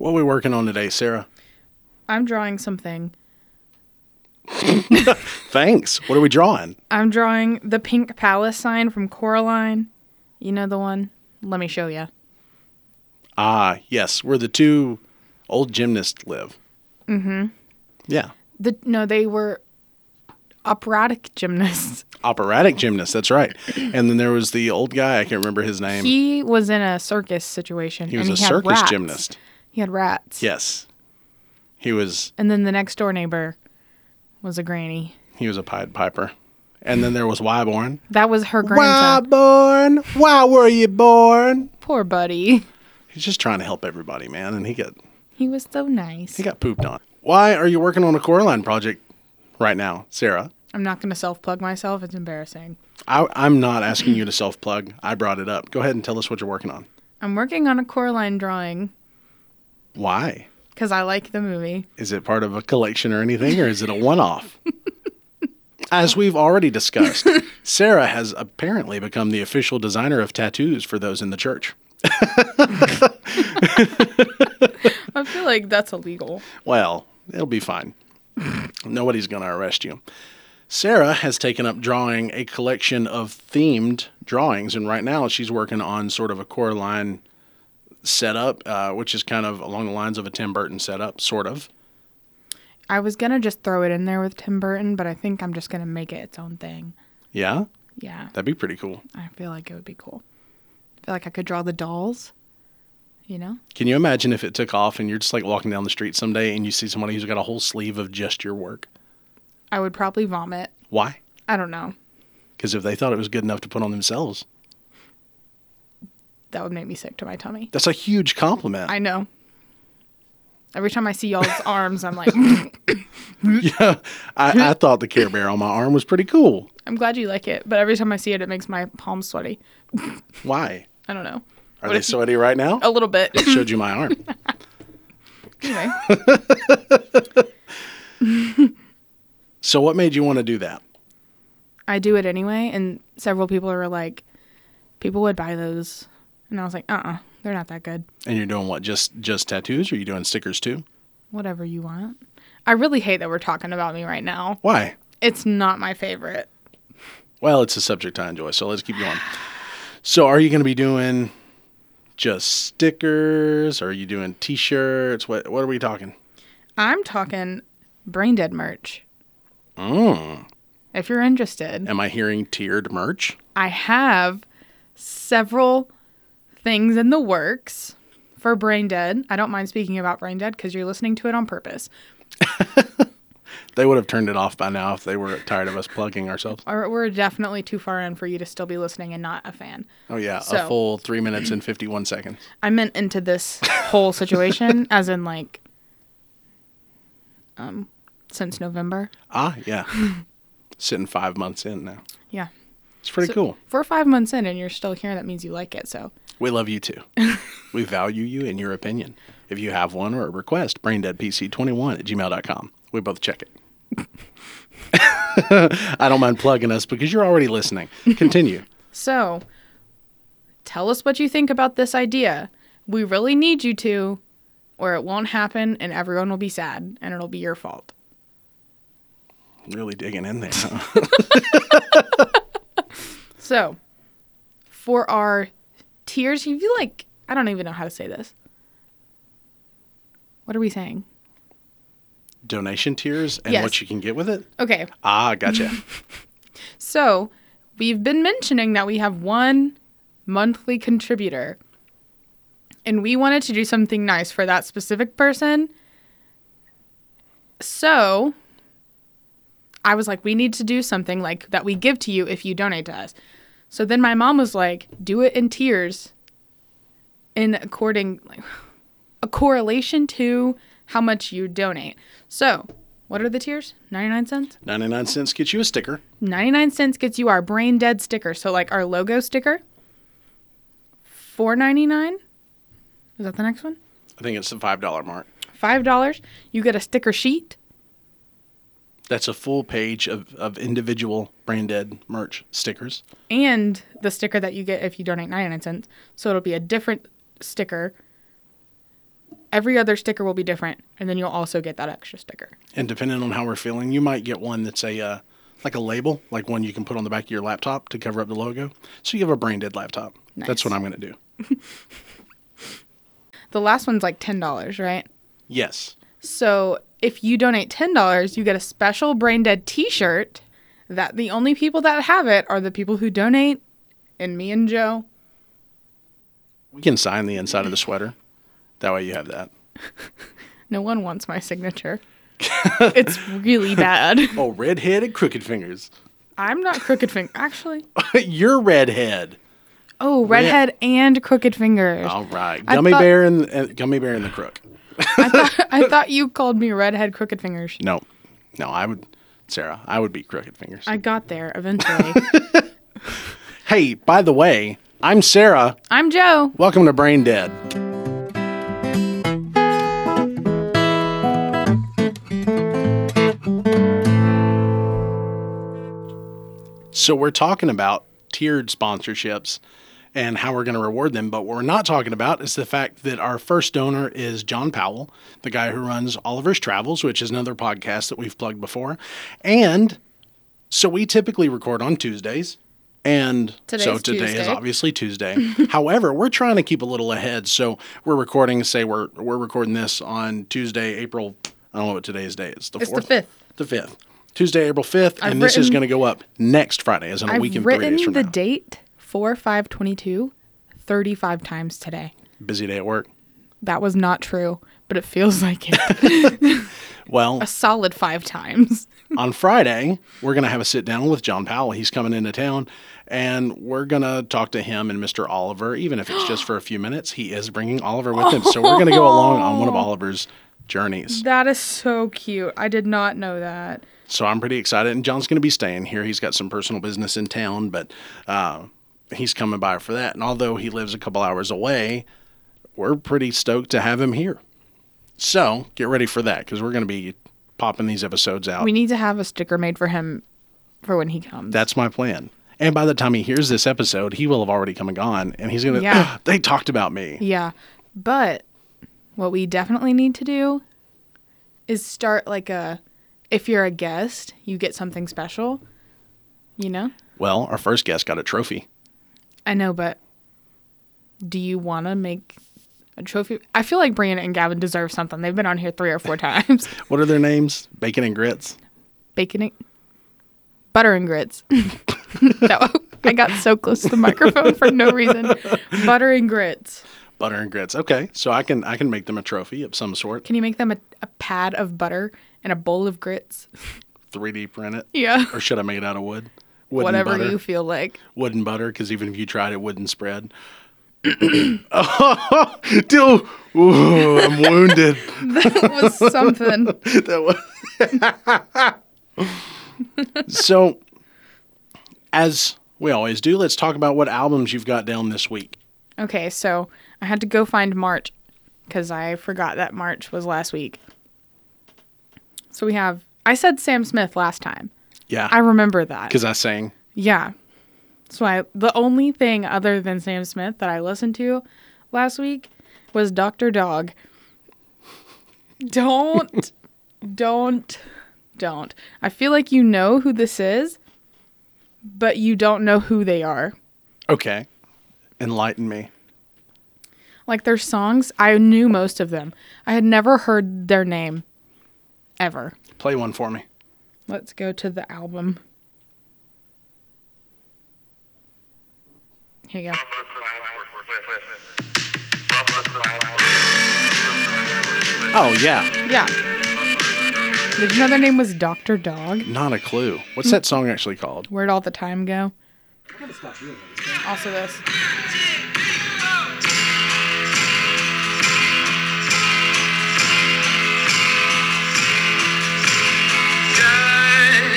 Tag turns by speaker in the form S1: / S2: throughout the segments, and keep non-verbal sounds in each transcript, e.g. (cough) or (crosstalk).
S1: What are we working on today, Sarah?
S2: I'm drawing something.
S1: Thanks. What are we drawing?
S2: I'm drawing the pink palace sign from Coraline. You know the one? Let me show you.
S1: Ah, yes, where the two old gymnasts live. Mm-hmm. Yeah.
S2: The no, they were operatic
S1: (laughs)
S2: gymnasts.
S1: Operatic gymnast, that's right. And then there was the old guy, I can't remember his name.
S2: He was in a circus situation.
S1: He was
S2: and
S1: a
S2: had
S1: circus
S2: rats.
S1: gymnast.
S2: He had rats.
S1: Yes. He was
S2: And then the next door neighbor was a granny.
S1: he was a Pied Piper. And then there was Wyborn.
S2: That was her grandson.
S1: Wyborn, why were you born?
S2: Poor buddy.
S1: He's just trying to help everybody, man, and he got
S2: He was so nice.
S1: he got pooped on. Why are you working on a Coraline project right now, Sarah?
S2: I'm not going to self plug myself. It's embarrassing.
S1: I, I'm not asking you to self plug. I brought it up. Go ahead and tell us what you're working on.
S2: I'm working on a Coraline drawing
S1: Why?
S2: because I like the movie.
S1: Is it part of a collection or anything, or is it a one off? As we've already discussed, Sarah has apparently become the official designer of tattoos for those in the church.
S2: I feel like that's illegal.
S1: Well, it'll be fine. Nobody's going to arrest you. Sarah has taken up drawing a collection of themed drawings, and right now she's working on sort of a Coraline setup, uh, which is kind of along the lines of a Tim Burton setup, sort of.
S2: I was going to just throw it in there with Tim Burton, but I think I'm just going to make it its own thing.
S1: Yeah,
S2: Yeah,
S1: that'd be pretty cool.
S2: I feel like it would be cool. I feel like I could draw the dolls, you know?
S1: Can you imagine if it took off and you're just like walking down the street someday and you see somebody who's got a whole sleeve of just your work?
S2: I would probably vomit.
S1: Why?
S2: I don't know.
S1: Because if they thought it was good enough to put on themselves,
S2: That would make me sick to my tummy.
S1: that's a huge compliment.
S2: I know. Every time I see y'all's arms, I'm like, (laughs)
S1: yeah, (laughs) I, I thought the Care Bear on my arm was pretty cool.
S2: I'm glad you like it. But every time I see it, it makes my palms sweaty.
S1: Why?
S2: I don't know.
S1: Are they sweaty right now?
S2: A little bit.
S1: Showed you my
S2: (laughs)
S1: arm.
S2: anyway,
S1: So what made you want to do that?
S2: I do it anyway. And several people are like, people would buy those. And I was like, uh uh-uh, uh, they are not that good.
S1: And you're doing what? Just just tattoos? Or are you doing stickers too?
S2: Whatever you want. I really hate that we're talking about me right now.
S1: Why?
S2: It's not my favorite.
S1: Well, it's a subject I enjoy, so let's keep going. So are you going to be doing just stickers? are you doing T-shirts? What What are we talking?
S2: I'm talking brain dead merch.
S1: Mm.
S2: If you're interested,
S1: Am I hearing tiered merch?
S2: I have several things in the works for Brain Dead. I don't mind speaking about Brain Dead because you're listening to it on purpose.
S1: They would have turned it off by now if they were tired of us plugging ourselves.
S2: Or we're definitely too far in for you to still be listening and not a fan.
S1: Oh yeah, a
S2: So-
S1: full three minutes and fifty-one seconds.
S2: I meant into this whole situation, as in like, um, since November.
S1: Ah,
S2: (laughs)
S1: yeah. Sitting five months in now.
S2: Yeah,
S1: It's pretty
S2: So-
S1: cool.
S2: four or five months in, and you're still here. That means you like it. So
S1: We love you (laughs) too. we value you and your opinion. If you have one or a request, braindeadpc21 at gmail.com. We both check it. (laughs) I don't mind plugging us because you're already listening. Continue.
S2: So, tell us what you think about this idea. We really need you to, or it won't happen and everyone will be sad and it'll be your fault.
S1: (laughs) really digging in there. huh?
S2: So, for our tiers, if you like, I don't even know how to say this. What are we saying?
S1: (laughs) Donation tiers and what
S2: Yes.
S1: you can get with it?
S2: Okay,
S1: Ah, (laughs) gotcha.
S2: so we've been mentioning that we have one monthly contributor. And we wanted to do something nice for that specific person. So I was like, we need to do something like that we give to you if you donate to us. So then my mom was like, do it in tiers in according like, a correlation to how much you donate. So, what are the tiers? 99 cents?
S1: 99 cents gets you a sticker.
S2: 99 cents gets you our brain dead sticker so like our logo sticker 4.99 is that the next one
S1: I think it's the $5 mark.
S2: five dollars you get a sticker sheet
S1: That's a full page of, of individual brain dead merch stickers.
S2: and the sticker that you get if you donate 99 cents so it'll be a different sticker every other sticker will be different, and then you'll also get that extra sticker.
S1: And depending on how we're feeling, you might get one that's a uh, like a label, like one you can put on the back of your laptop to cover up the logo. So you have a brain dead laptop. That's
S2: Nice.
S1: what I'm going to do.
S2: The last one's like ten dollars, right?
S1: Yes.
S2: So if you donate ten dollars, you get a special brain dead T-shirt. That the only people that have it are the people who donate, and me and Joe.
S1: We can sign the inside of the sweater. That way you have that.
S2: No one wants
S1: (laughs)
S2: my signature. it's really bad.
S1: Oh, redhead and crooked fingers. (laughs)
S2: I'm not crooked finger. Actually,
S1: You're redhead.
S2: oh, redhead and crooked fingers.
S1: All right.
S2: I
S1: Gummy
S2: thought-
S1: bear and uh, gummy bear and the crook.
S2: (laughs) I thought you called me redhead crooked fingers.
S1: No. No, I would Sarah, I would be crooked fingers.
S2: I got there eventually. (laughs)
S1: hey, by the way, I'm Sarah.
S2: I'm Joe.
S1: Welcome to Brain Dead. So, we're talking about tiered sponsorships and how we're going to reward them. But what we're not talking about is the fact that our first donor is John Powell, the guy who runs Oliver's Travels, which is another podcast that we've plugged before. And so, we typically record on Tuesdays. And so
S2: Today's
S1: today is
S2: Tuesday.
S1: obviously
S2: (laughs)
S1: Tuesday. However, we're trying to keep a little ahead. So we're recording, say we're we're recording this on Tuesday, April I don't know what today's day is. The
S2: It's the
S1: fourth?
S2: fifth.
S1: The fifth. Tuesday, April fifth.
S2: I've
S1: and this is
S2: written-
S1: gonna go up next Friday as in a
S2: I've
S1: week and three
S2: written
S1: days from
S2: the
S1: now.
S2: date 4 5 22 35 times today.
S1: Busy day at work.
S2: That was not true, but it feels like it.
S1: Well,
S2: (laughs) A solid five times. (laughs)
S1: on Friday, we're going to have a sit down with John Powell. He's coming into town and we're going to talk to him and Mr. Oliver, even if it's just for a few minutes. He is bringing Oliver with him. So we're going to go along on one
S2: (gasps)
S1: of Oliver's journeys.
S2: That is so cute. I did not know that.
S1: So I'm pretty excited. And John's going to be staying here. He's got some personal business in town, but uh, he's coming by for that. And although he lives a couple hours away, we're pretty stoked to have him here. So get ready for that because we're going to be popping these episodes out.
S2: We need to have a sticker made for him for when he comes.
S1: That's my plan. And by the time he hears this episode, he will have already come and gone. And he's going to,
S2: Yeah.
S1: (gasps) they talked about me.
S2: yeah. But what we definitely need to do is start like a if you're a guest, you get something special. You know?
S1: Well, our first guest got a trophy.
S2: I know, but do you want to make a trophy? I feel like Brianna and Gavin deserve something. They've been on here three or four (laughs) times.
S1: What are their names? Bacon and grits.
S2: Bacon and butter and grits. (laughs) that, I got so close to the microphone for no reason. Butter and grits.
S1: Butter and grits. Okay. So I can I can make them a trophy of some sort.
S2: Can you make them a, a pad of butter and a bowl of grits?
S1: 3D print it.
S2: Yeah.
S1: or should I make it out of wood? Wooden
S2: Whatever
S1: butter.
S2: you feel like.
S1: Wooden butter, because even if you tried it, wouldn't spread. (coughs) Still, ooh, I'm wounded. (laughs)
S2: That was something. (laughs)
S1: That was- (laughs) so, as we always do, let's talk about what albums you've got down this week.
S2: Okay, so I had to go find March because I forgot that March was last week. So we have, I said Sam Smith last time. I
S1: Yeah,
S2: remember that.
S1: because I sang.
S2: Yeah. So I, the only thing other than Sam Smith that I listened to last week was Dr. Dog. Don't, don't, don't. I feel like you know who this is, but you don't know who they are.
S1: Okay, enlighten me.
S2: Like their songs, I knew most of them. I had never heard their name ever.
S1: Play one for me.
S2: Let's go to the album. Here you go.
S1: Oh yeah,
S2: Yeah. Did you know their name was Dr. Dog?
S1: not a clue. What's that song actually called?
S2: Where'd all the time go? Also, this.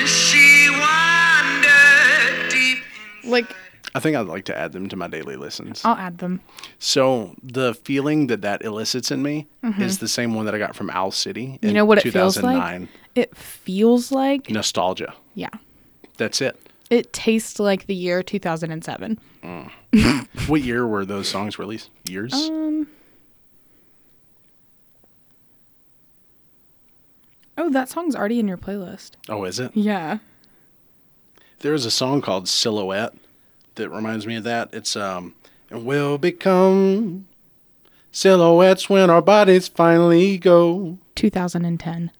S3: She wandered deep
S2: Like,
S1: I think I'd like to add them to my daily listens.
S2: I'll add them.
S1: So the feeling that that elicits in me is the same one that I got from Owl City. In
S2: Mm-hmm. You know what it feels
S1: 2009.
S2: like? It feels like.
S1: Nostalgia.
S2: Yeah.
S1: That's it.
S2: It tastes like the year 2007. Um,
S1: What year were those songs released? Years?
S2: Oh, that song's already in your playlist.
S1: Oh, is it?
S2: Yeah.
S1: There is a song called Silhouette that reminds me of that. It's um and we'll become silhouettes when our bodies finally go.
S2: 2010.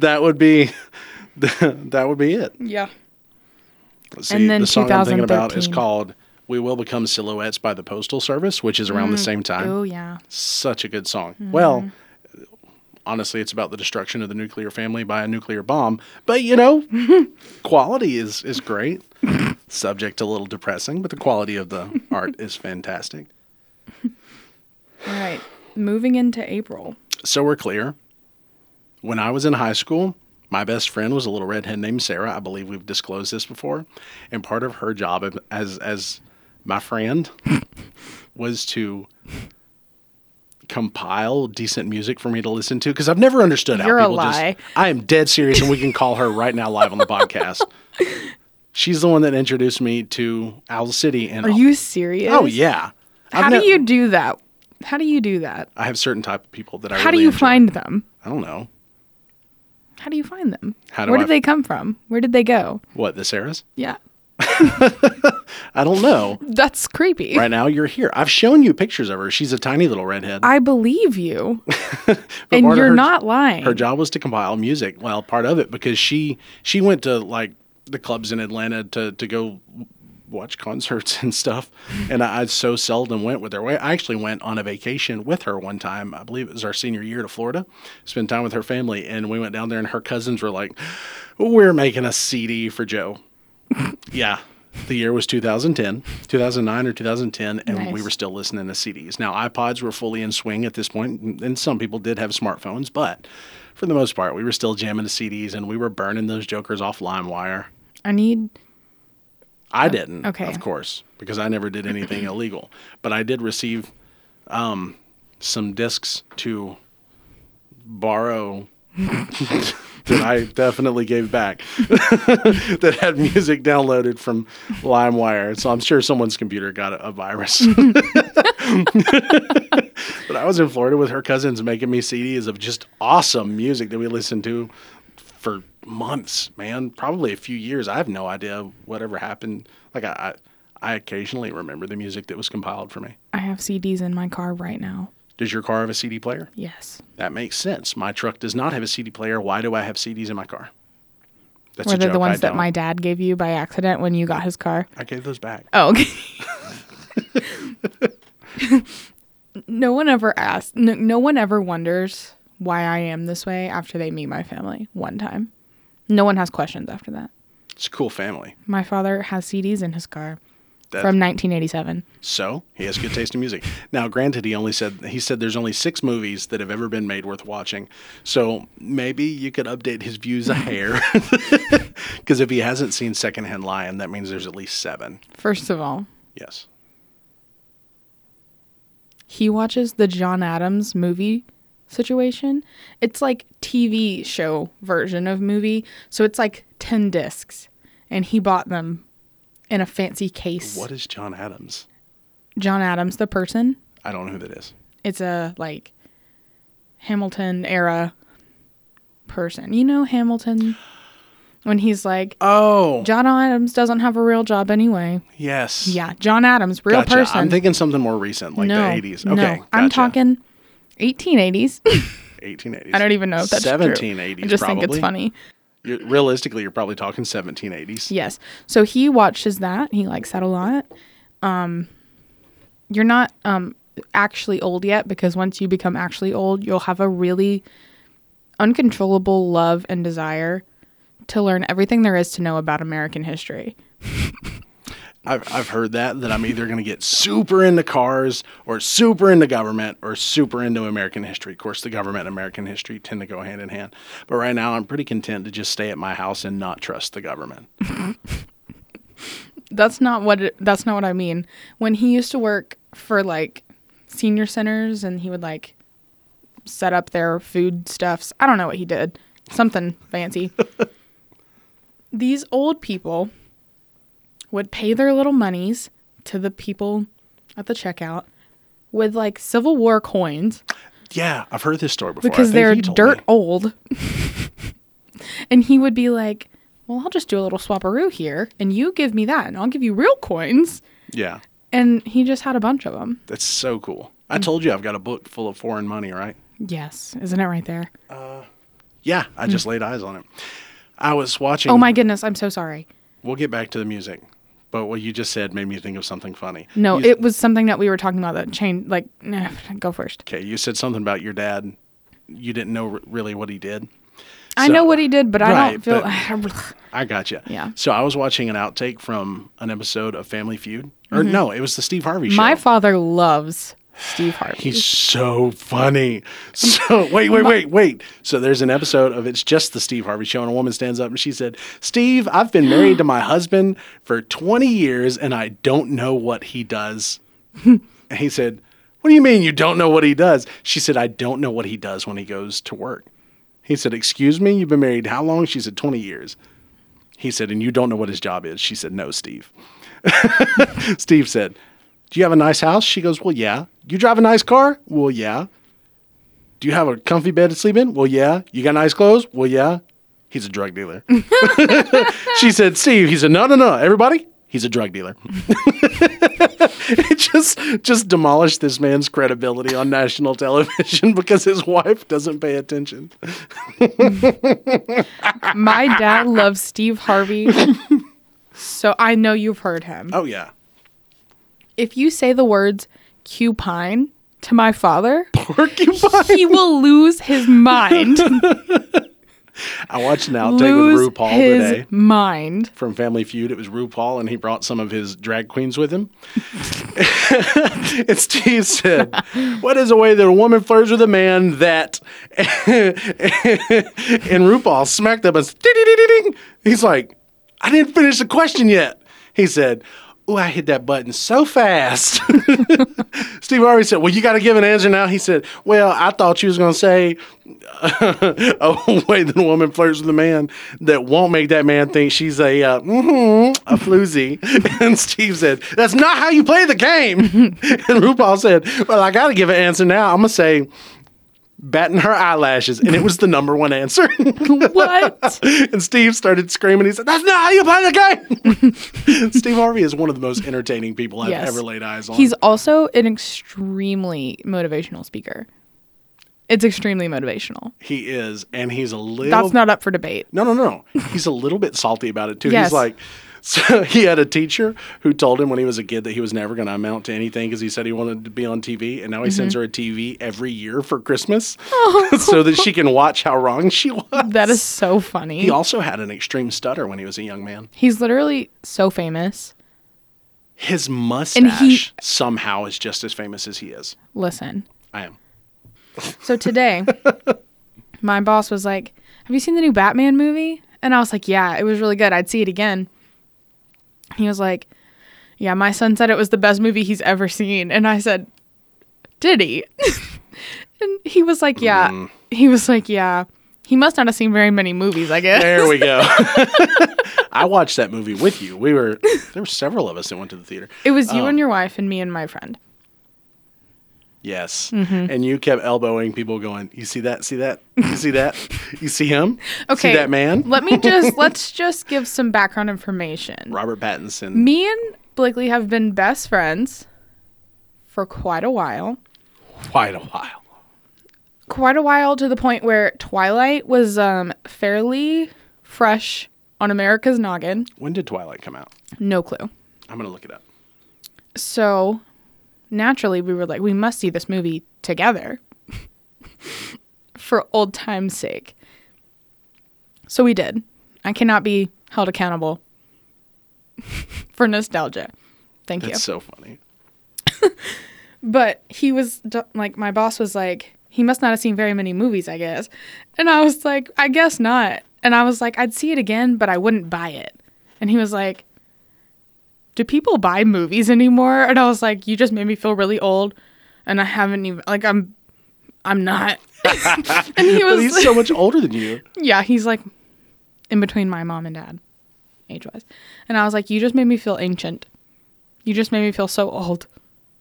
S1: That would be (laughs) that would be it.
S2: Yeah.
S1: See,
S2: And then
S1: the song I'm thinking about is
S2: 2013.
S1: called We Will Become Silhouettes by the Postal Service, which is around the same time.
S2: Oh, yeah.
S1: Such a good song. Well, honestly, it's about the destruction of the nuclear family by a nuclear bomb, but you know, quality is is great. Subject a little depressing, but the quality of the art is fantastic.
S2: All right. Moving into April.
S1: So we're clear. When I was in high school, my best friend was a little redhead named Sarah. I believe we've disclosed this before. And part of her job as as my friend (laughs) was to compile decent music for me to listen to because I've never understood how
S2: You're a
S1: people
S2: lie.
S1: just I am dead serious and we can call her right now live on the
S2: (laughs)
S1: podcast. She's the one that introduced me to Owl City and
S2: Are you serious?
S1: Oh yeah. I've
S2: How
S1: ne-
S2: do you do that? How do you do that?
S1: I have certain type of people that I
S2: How do
S1: really
S2: you
S1: enjoy.
S2: find them?
S1: I don't know.
S2: How do you find them?
S1: How do
S2: Where
S1: I-
S2: did they come from? Where did they go?
S1: What, the Sarahs?
S2: Yeah.
S1: I don't know.
S2: That's creepy.
S1: Right now, you're here. I've shown you pictures of her. She's a tiny little redhead.
S2: I believe you.
S1: (laughs) But
S2: and
S1: part of
S2: you're
S1: her-
S2: not lying.
S1: Her job was to compile music. Well, part of it because she she went to like the clubs in Atlanta to to go watch concerts (laughs) and stuff. And I, I so seldom went with her. Well, I actually went on a vacation with her one time. I believe it was our senior year to Florida. Spent time with her family, and we went down there. And her cousins were like, "We're making a CD for Joe." yeah. The year was 2010, 2009 or 2010, and we
S2: Nice.
S1: were still listening to CDs. Now, iPods were fully in swing at this point, and- and some people did have smartphones, but for the most part, we were still jamming to CDs and we were burning those jokers off LimeWire.
S2: I need.
S1: I didn't,
S2: okay.
S1: of course, because I never did anything illegal. But I did receive um, some discs to borrow (laughs) that I definitely gave back (laughs) that had music downloaded from LimeWire. So I'm sure someone's computer got a, a virus. (laughs) but I was in Florida with her cousins making me CDs of just awesome music that we listened to for months, man, probably a few years. I have no idea whatever happened. Like I, I, I occasionally remember the music that was compiled for me.
S2: I have CDs in my car right now.
S1: Does your car have a CD player?
S2: Yes.
S1: That makes sense. My truck does not have a CD player. Why do I have CDs in my car? That's
S2: Were
S1: a
S2: they
S1: joke.
S2: the ones
S1: I
S2: that
S1: don't.
S2: my dad gave you by accident when you got his car?
S1: I gave those back.
S2: Oh, okay. (laughs) no one ever asks. No, no one ever wonders why I am this way after they meet my family one time. No one has questions after that.
S1: It's a cool family.
S2: My father has CDs in his car
S1: That-
S2: from 1987.
S1: So he has good taste in music. Now, granted, he only said he said there's only six movies that have ever been made worth watching. So maybe you could update his views a hair, (laughs) because if he hasn't seen Secondhand Lion, that means there's at least seven.
S2: First of all,
S1: Yes.
S2: he watches the John Adams movie situation. It's like TV show version of movie, so it's like 10 discs and he bought them in a fancy case.
S1: What is John Adams?
S2: John Adams the person?
S1: I don't know who that is.
S2: It's a like Hamilton era person. You know Hamilton when he's like
S1: Oh,
S2: John Adams doesn't have a real job anyway.
S1: yes.
S2: Yeah, John Adams, real
S1: Gotcha.
S2: person.
S1: I'm thinking something more recent, like
S2: no,
S1: the 80s.
S2: no.
S1: Okay.
S2: I'm
S1: gotcha.
S2: talking 1880s.
S1: 1880s.
S2: (laughs) I don't even know if that's
S1: 1780s.
S2: true. I just
S1: probably.
S2: think it's funny.
S1: You're- realistically, you're probably talking 1780s.
S2: Yes. So he watches that. He likes that a lot. Um, you're not um, actually old yet because once you become actually old, you'll have a really uncontrollable love and desire to learn everything there is to know about American history.
S1: I've, I've heard that that I'm either going to get super into cars or super into government or super into American history. Of course, the government and American history tend to go hand in hand. But right now, I'm pretty content to just stay at my house and not trust the government.
S2: That's not what it, that's not what I mean. When he used to work for like senior centers and he would like set up their food stuffs. I don't know what he did. Something fancy. These old people would pay their little monies to the people at the checkout with like Civil War coins
S1: Yeah, I've heard this story before. I
S2: because
S1: think
S2: they're
S1: you told
S2: dirt
S1: me.
S2: old. (laughs) and he would be like, Well, I'll just do a little swaparoo here, and you give me that, and I'll give you real coins.
S1: Yeah,
S2: And he just had a bunch of them.
S1: that's so cool. I told you I've got a book full of foreign money, right?
S2: Yes, isn't it right there?
S1: Yeah, I just laid eyes on it. I was watching.
S2: Hmm. Oh my goodness, I'm so sorry.
S1: We'll get back to the music, but what you just said made me think of something funny.
S2: No,
S1: You-
S2: it was something that we were talking about that changed. Like, (sighs) nah, go first.
S1: okay. You said something about your dad. You didn't know r- really what he did.
S2: I
S1: So-
S2: know what he did, but I
S1: Right,
S2: don't feel.
S1: I gotcha.
S2: Yeah.
S1: So I was watching an outtake from an episode of Family Feud, or no, it was the Steve Harvey show.
S2: (sighs) Mm-hmm. my father loves Steve Harvey.
S1: He's so funny. So wait, wait, wait, wait. So there's an episode of it's just the Steve Harvey show, and a woman stands up and she said, "Steve, I've been married to my husband for 20 years, and I don't know what he does." and he said, "What do you mean you don't know what he does?" She said, "I don't know what he does when he goes to work." He said, "Excuse me, you've been married how long?" She said, "20 years." He said, "And you don't know what his job is?" She said, "No, Steve." Steve said, Do you have a nice house? She goes, Well, yeah. You drive a nice car? Well, yeah. Do you have a comfy bed to sleep in? Well, yeah. You got nice clothes? Well, yeah. He's a drug
S2: (laughs)
S1: dealer. she said, Steve, he said, No, no, no. Everybody, he's a drug dealer. (laughs) it just just demolished this man's credibility on national television (laughs) because his wife doesn't pay attention.
S2: Uh, my dad loves
S1: (laughs)
S2: Steve Harvey. so I know you've heard him.
S1: Oh yeah.
S2: If you say the words cupine to
S1: (laughs)
S2: my father,
S1: Porcupine.
S2: he will lose his mind.
S1: I watched an outtake
S2: lose
S1: with RuPaul
S2: his
S1: today.
S2: mind.
S1: (laughs) from Family Feud. It was RuPaul, and he brought some of his drag queens with him. (laughs) and Steve said, "What is a way that a woman flirts with a man that?" (laughs) and RuPaul smacked up us. Ding-ding-ding-ding. He's like, "I didn't finish the question yet." He said. Oh, I hit that button so fast. (laughs) Steve Harvey said, Well, you got to give an answer now. He said, Well, I thought you was going to say a (laughs) way that a woman flirts with a man that won't make that man think she's a uh, mhm, a floozy. (laughs) and Steve said, "That's not how you play the
S2: (laughs)
S1: game." and RuPaul said, "Well, I got to give an answer now. I'm gonna say." Batting her eyelashes, and it was the number one answer. (laughs)
S2: What?
S1: and Steve started screaming. He said, "That's not how you play the game."
S2: (laughs)
S1: Steve Harvey is one of the most entertaining people I've
S2: Yes.
S1: ever laid eyes on.
S2: He's also an extremely motivational speaker. It's extremely motivational.
S1: he is, and he's a little.
S2: That's not up for debate.
S1: No, no, no. He's a little bit salty about it too. He's
S2: Yes.
S1: like, (laughs) so he had a teacher who told him when he was a kid that he was never going to amount to anything because he said he wanted to be on TV, and now he sends her a TV every year for (laughs) Christmas so that she can watch how wrong she was.
S2: That is so funny.
S1: He also had an extreme stutter when he was a young man.
S2: He's literally so famous.
S1: His mustache
S2: he-
S1: somehow is just as famous as he is.
S2: Listen.
S1: I am.
S2: So today, my boss was like, Have you seen the new Batman movie? And I was like, Yeah, it was really good. I'd see it again. He was like, Yeah, my son said it was the best movie he's ever seen. And I said, Did he? (laughs) and he was like, Yeah. He was like, Yeah. He must not have seen very many movies, I guess.
S1: (laughs) There we go. (laughs) I watched that movie with you. We were there were several of us that went to the theater.
S2: It was you and your wife and me and my friend.
S1: Yes. And you kept elbowing people going, You see that? See that? You see that? You see him?
S2: Okay.
S1: See that man?
S2: let me just let's just give some background information.
S1: Robert Pattinson.
S2: Me and Blakely have been best friends for quite a while.
S1: Quite a while.
S2: Quite a while to the point where Twilight was um, fairly fresh on America's noggin.
S1: When did Twilight come out?
S2: No clue.
S1: I'm going to look it up.
S2: So naturally, we were like, we must see this movie together (laughs) for old time's sake. So we did. I cannot be held accountable (laughs) for nostalgia. Thank you.
S1: That's so funny.
S2: But he was d- like, my boss was like, he must not have seen very many movies, I guess. And I was like, I guess not. And I was like, I'd see it again, but I wouldn't buy it. And he was like, Do people buy movies anymore? And I was like, You just made me feel really old, and I haven't even like I'm, I'm not. (laughs) and he
S1: But
S2: was,
S1: he's so much older than you.
S2: yeah, he's like, in between my mom and dad, age wise. And I was like, You just made me feel ancient. You just made me feel so old.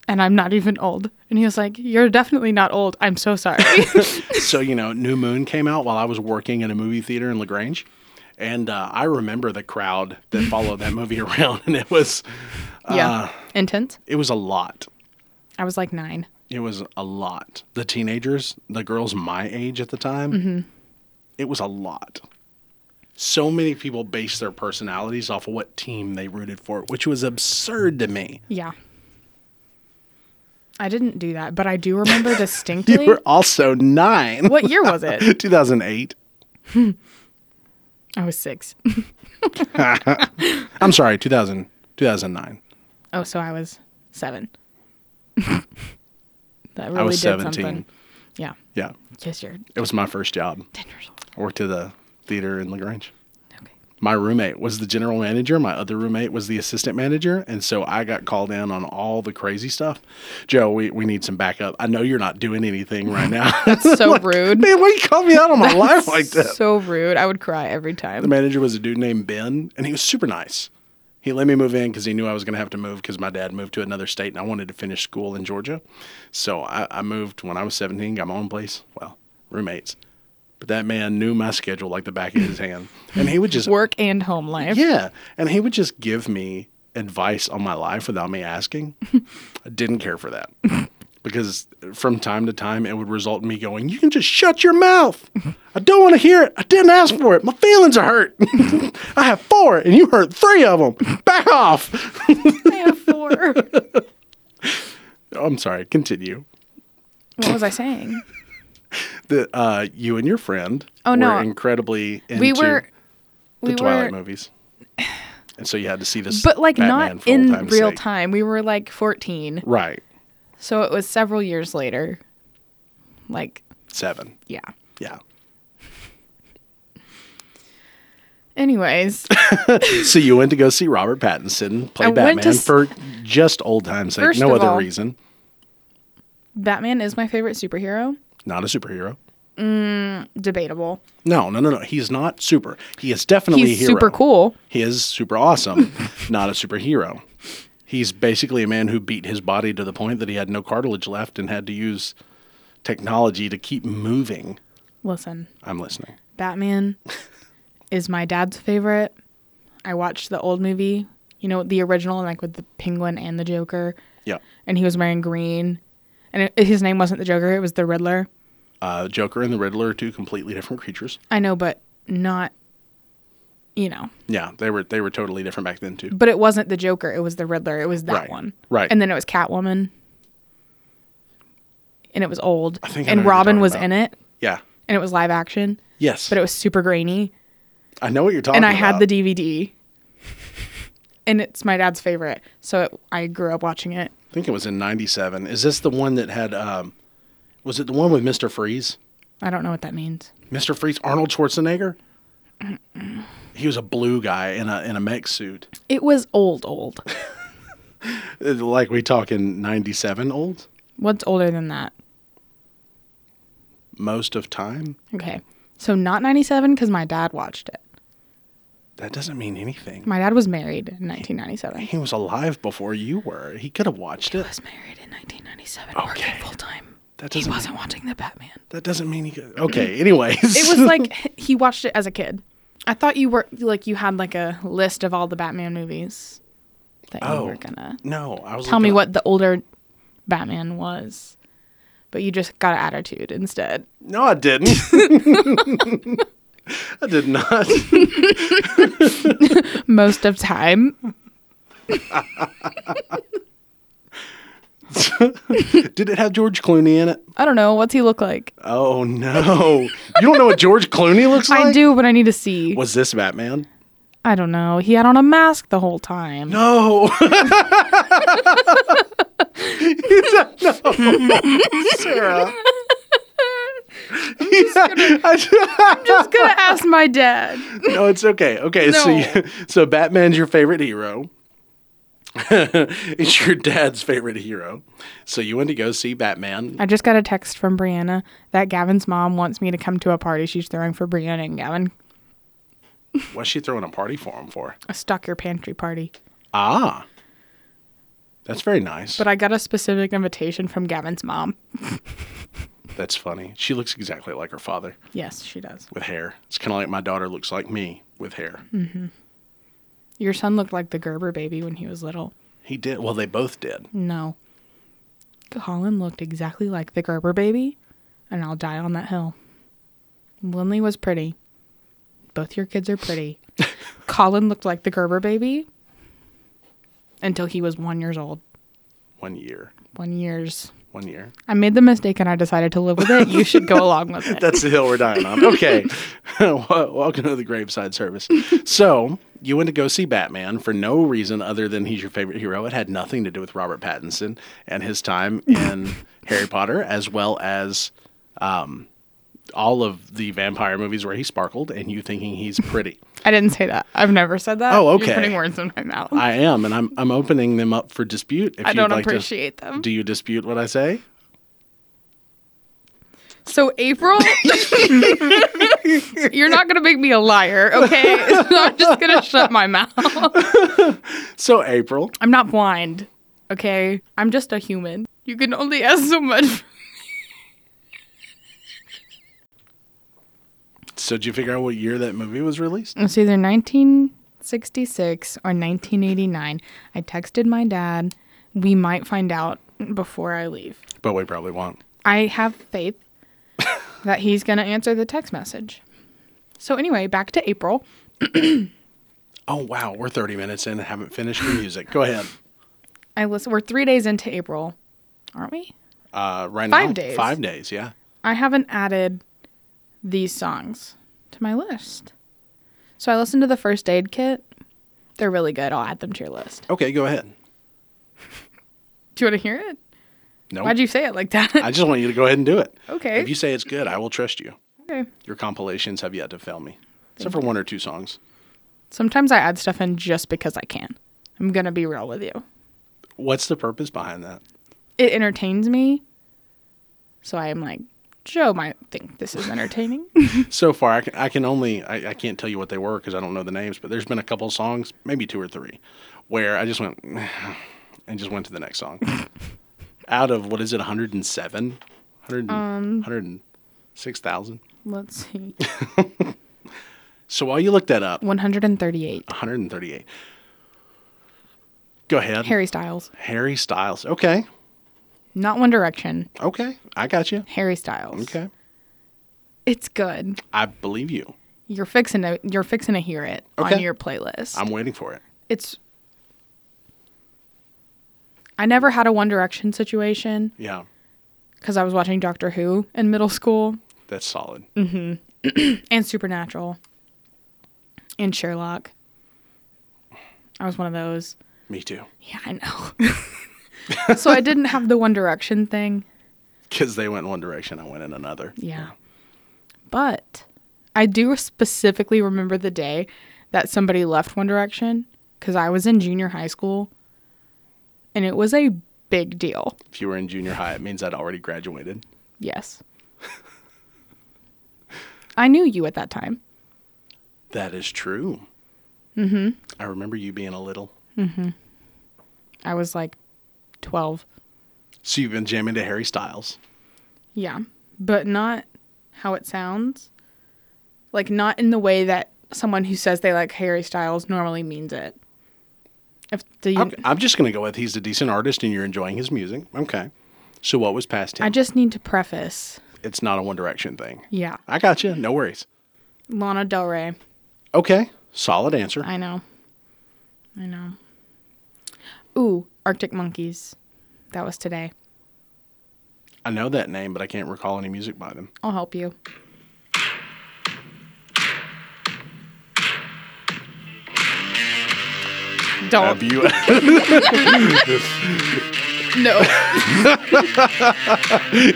S2: and I'm not even old. And he was like, You're definitely not old. I'm
S1: (laughs)
S2: so sorry. (laughs)
S1: so you know, New Moon came out while I was working in a movie theater in Lagrange, and uh, I remember the crowd that followed that movie (laughs) around, and it was
S2: yeah.
S1: Ah.
S2: Intense.
S1: it was a lot.
S2: I was like nine.
S1: It was a lot. The teenagers, the girls my age at the time, it was a lot. So many people based their personalities off of what team they rooted for, which was absurd to me.
S2: Yeah. I didn't do that, but I do
S1: (laughs)
S2: remember
S1: You
S2: distinctly.
S1: were also nine. (laughs)
S2: (laughs) What year was it?
S1: 2008.
S2: I was six. (laughs)
S1: I'm sorry, 2000, 2009.
S2: Oh, so I was seven. (laughs) that really
S1: I was
S2: did
S1: 17.
S2: something. Yeah.
S1: Yeah,
S2: Yes, you're
S1: it was my first job.
S2: 10 years old.
S1: I worked at the theater in LaGrange.
S2: Okay.
S1: my roommate was the general manager. My other roommate was the assistant manager. And so I got called in on all the crazy stuff. Joe, we, we need some backup. I know you're not doing anything right now.
S2: (laughs)
S1: (laughs)
S2: That's so rude. (laughs)
S1: Man, why you call me out on my life like that?
S2: So rude. I would cry every
S1: the
S2: time.
S1: manager was a dude named Ben, and he was super nice. He let me move in because he knew I was going to have to move because my dad moved to another state and I wanted to finish school in Georgia. So I, I moved when I was 17, got my own place. Well, roommates. But that man knew my schedule like the back of his hand. And he would just
S2: (laughs) Work and home (laughs) life.
S1: Yeah. And he would just give me advice on my life without me
S2: (laughs)
S1: asking. I didn't care for that because from time to time it would result in me going, You can just shut your mouth. I don't want to hear it. I didn't ask for it. My feelings are hurt. (laughs) I have four and you hurt three of them. Back off. (laughs)
S2: I have four. what
S1: I'm sorry. Continue.
S2: was I saying?
S1: The, uh, you and your friend
S2: Oh,
S1: were
S2: no.
S1: incredibly into
S2: we were.
S1: the
S2: We
S1: Twilight
S2: were,
S1: movies. And so you had to see this.
S2: but like
S1: Batman
S2: not
S1: for old
S2: in
S1: time's
S2: real
S1: sake.
S2: time. We were like 14.
S1: Right.
S2: So it was several years later. Like,
S1: Seven.
S2: yeah.
S1: Yeah. (laughs)
S2: Anyways,
S1: So you went to go see Robert Pattinson play
S2: I
S1: Batman
S2: went to s-
S1: for just old time's sake,
S2: First
S1: no
S2: of
S1: other
S2: all-
S1: reason.
S2: Batman is my favorite superhero.
S1: Not a superhero.
S2: Debatable.
S1: No, no, no, no. He's not super. He is definitely
S2: He's
S1: a hero.
S2: super cool.
S1: He is super awesome. (laughs) not a superhero. He's basically a man who beat his body to the point that he had no cartilage left and had to use technology to keep moving.
S2: Listen,
S1: I'm listening. (laughs)
S2: Batman is my dad's favorite. I watched the old movie, you know, the original, like with the penguin and the Joker,
S1: Yeah.
S2: and he was wearing green. And it, his name wasn't the Joker, it was the Riddler.
S1: Uh, Joker and the Riddler are two completely different creatures.
S2: I know, but not, you know,
S1: Yeah, they were they were totally different back then too.
S2: but it wasn't the Joker, it was the Riddler, it was that
S1: Right,
S2: one.
S1: right.
S2: And then it was Catwoman. And it was old.
S1: think I know
S2: and
S1: who you're
S2: Robin
S1: talking
S2: was
S1: about.
S2: in it,
S1: Yeah.
S2: and it was live action,
S1: Yes.
S2: but it was super grainy.
S1: I know what you're talking
S2: and
S1: about.
S2: I had the DVD, and it's my dad's favorite, so it, I grew up watching it.
S1: I think it was in '97. Is this the one that had? Um, was it the one with Mister Freeze?
S2: I don't know what that means.
S1: Mister Freeze, Arnold Schwarzenegger. (clears throat) He was a blue guy in a in a mech suit.
S2: It was old,
S1: (laughs)
S2: old.
S1: Uh, Like we talking '97 old
S2: What's older than that?
S1: most of time.
S2: Okay, so not '97 because my dad watched it.
S1: That doesn't mean anything.
S2: My dad was married in 1997. He
S1: He was alive before you were. He could have watched it.
S2: was married in 1997,
S1: Okay.
S2: working full time.
S1: That
S2: He
S1: doesn't.
S2: wasn't watching the Batman.
S1: That doesn't mean he could. Okay.
S2: (laughs)
S1: Anyways,
S2: It was (laughs) like he watched it as a kid. I thought you were like you had like a list of all the Batman movies that
S1: Oh.
S2: you were gonna
S1: (laughs) no. I was
S2: tell me
S1: looking-
S2: what the older Batman was, but you just got attitude instead.
S1: No, I
S2: (laughs)
S1: didn't. (laughs) I did not. (laughs)
S2: Most of time,
S1: Did it have George Clooney in it?
S2: I don't know what's he look like.
S1: Oh no! you don't know what George Clooney looks like?
S2: I do, but I need to see.
S1: Was this Batman?
S2: I don't know. He had on a mask the whole time.
S1: No. (laughs) Sarah. (laughs)
S2: I was gonna ask my dad.
S1: no, it's okay. Okay, so
S2: No.
S1: you, so Batman's your favorite hero. (laughs) it's your dad's favorite hero. So you went to go see Batman.
S2: I just got a text from Brianna that Gavin's mom wants me to come to a party she's throwing for Brianna and Gavin.
S1: What's she throwing a party for him for?
S2: A stock your pantry party.
S1: Ah. That's very nice.
S2: But I got a specific invitation from Gavin's mom.
S1: That's funny. She looks exactly like her father
S2: Yes, she does.
S1: with hair. It's kind of like my daughter looks like me with hair.
S2: Hmm. Your son looked like the Gerber baby when he was little.
S1: He did. Well, they both did.
S2: No. Colin looked exactly like the Gerber baby, and I'll die on that hill. Lindley was pretty. Both your kids are (laughs) pretty. Colin looked like the Gerber baby until he was one years old.
S1: One year.
S2: One years.
S1: One year.
S2: I made the mistake and I decided to live with it. You should go
S1: (laughs)
S2: along with it.
S1: That's the hill we're dying on. Okay. (laughs) Wel- Welcome to the graveside service. So, you went to go see Batman for no reason other than he's your favorite hero. It had nothing to do with Robert Pattinson and his time
S2: (laughs)
S1: in Harry Potter, as well as um, all of the vampire movies where he sparkled and you thinking he's pretty.
S2: I didn't say that. I've never said that.
S1: Oh, okay.
S2: You're putting words in my mouth.
S1: I
S2: I,
S1: am, and I'm, I'm opening them up for dispute. If
S2: don't
S1: you'd like
S2: appreciate
S1: To,
S2: them.
S1: do you dispute what I say?
S2: So
S1: (laughs)
S2: April, you're not gonna make me a liar,
S1: (laughs)
S2: okay? (laughs) I'm just gonna shut my mouth.
S1: So, April,
S2: I'm not blind, okay? I'm just a human. You can only ask so much.
S1: so did you figure out what year that movie was released?
S2: It's either 1966 or 1989. I texted my dad. We might find out before I leave.
S1: But we probably won't.
S2: I have faith (laughs) that he's gonna answer the text message. So anyway, back to April.
S1: Oh wow, we're 30 minutes in and haven't finished the music. Go ahead.
S2: I listen. We're three days into April, aren't we?
S1: Uh, right now,
S2: Five days.
S1: Five days, yeah.
S2: I haven't added these songs to my list. So I listened to the first aid kit. They're really good. I'll add them to your list.
S1: Okay, go ahead.
S2: Do you want to hear it?
S1: No,
S2: Why'd you say it like that?
S1: I just want you to go ahead and do it.
S2: Okay.
S1: If you say it's good, I will trust you.
S2: (laughs) okay.
S1: Your compilations have yet to fail me, except for one or two songs.
S2: Sometimes I add stuff in just because I can. I'm gonna be real with you.
S1: What's the purpose behind that?
S2: It entertains me. So I am like, Joe might think this is entertaining.
S1: So far, I can, I can only I, I can't tell you what they were because I don't know the names. But there's been a couple songs, maybe two or three, where I just went (sighs) and just went to the next song.
S2: (laughs)
S1: Out of what is it, 107, 100,
S2: Um,
S1: 106,000.
S2: Let's see.
S1: So while you look that up,
S2: 138.
S1: 138. Go ahead.
S2: Harry Styles.
S1: Harry Styles. Okay.
S2: Not One Direction.
S1: Okay. I got you.
S2: Harry Styles.
S1: Okay.
S2: It's good.
S1: I believe you.
S2: You're fixing to you're fixing to hear it on
S1: Okay.
S2: your playlist.
S1: I'm waiting for it.
S2: it's I never had a One Direction situation
S1: Yeah.
S2: because I was watching Doctor Who in middle school
S1: That's solid.
S2: Mm. and Supernatural and Sherlock. I was one of those.
S1: Me too.
S2: Yeah, I know. (laughs) so I didn't have the One Direction thing.
S1: Because they went one direction, I went in another.
S2: Yeah. But I do specifically remember the day that somebody left One Direction because I was in junior high school and it was a big deal.
S1: If you were in junior high, it means I'd already graduated.
S2: Yes. I knew you at that time.
S1: That is true. Mm-hmm. I remember you being a little.
S2: I was like 12.
S1: So you've been jamming to Harry Styles.
S2: Yeah. But not how it sounds. Like, not in the way that someone who says they like Harry Styles normally means it. If the,
S1: I'm, I'm just going to go with he's a decent artist and you're enjoying his music. Okay. So what was past him?
S2: I just need to preface.
S1: it's not a One Direction thing.
S2: Yeah.
S1: I got you. No worries.
S2: Lana Del Rey.
S1: Okay. Solid answer.
S2: I know. I know. Ooh, Arctic Monkeys. That was today.
S1: I know that name, but I can't recall any music by them.
S2: I'll help you.
S1: Have
S2: Don't.
S1: you? (laughs)
S2: No.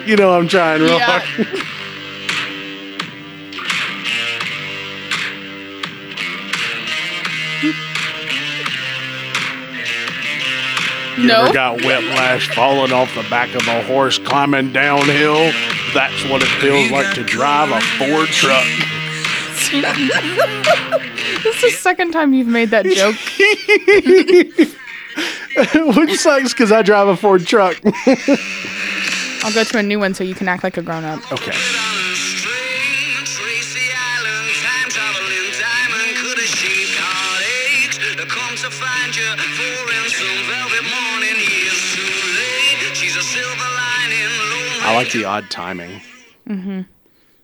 S1: you know I'm trying real hard.
S2: yeah.
S1: You
S2: No.
S1: ever got whiplash falling off the back of a horse climbing downhill? That's what it feels like to drive a Ford truck.
S2: (laughs) this is the second time you've made that joke.
S1: (laughs) Which sucks because I drive a Ford truck. (laughs)
S2: I'll go to a new one so you can act like a grown up.
S1: okay. I like the odd timing. Mm-hmm.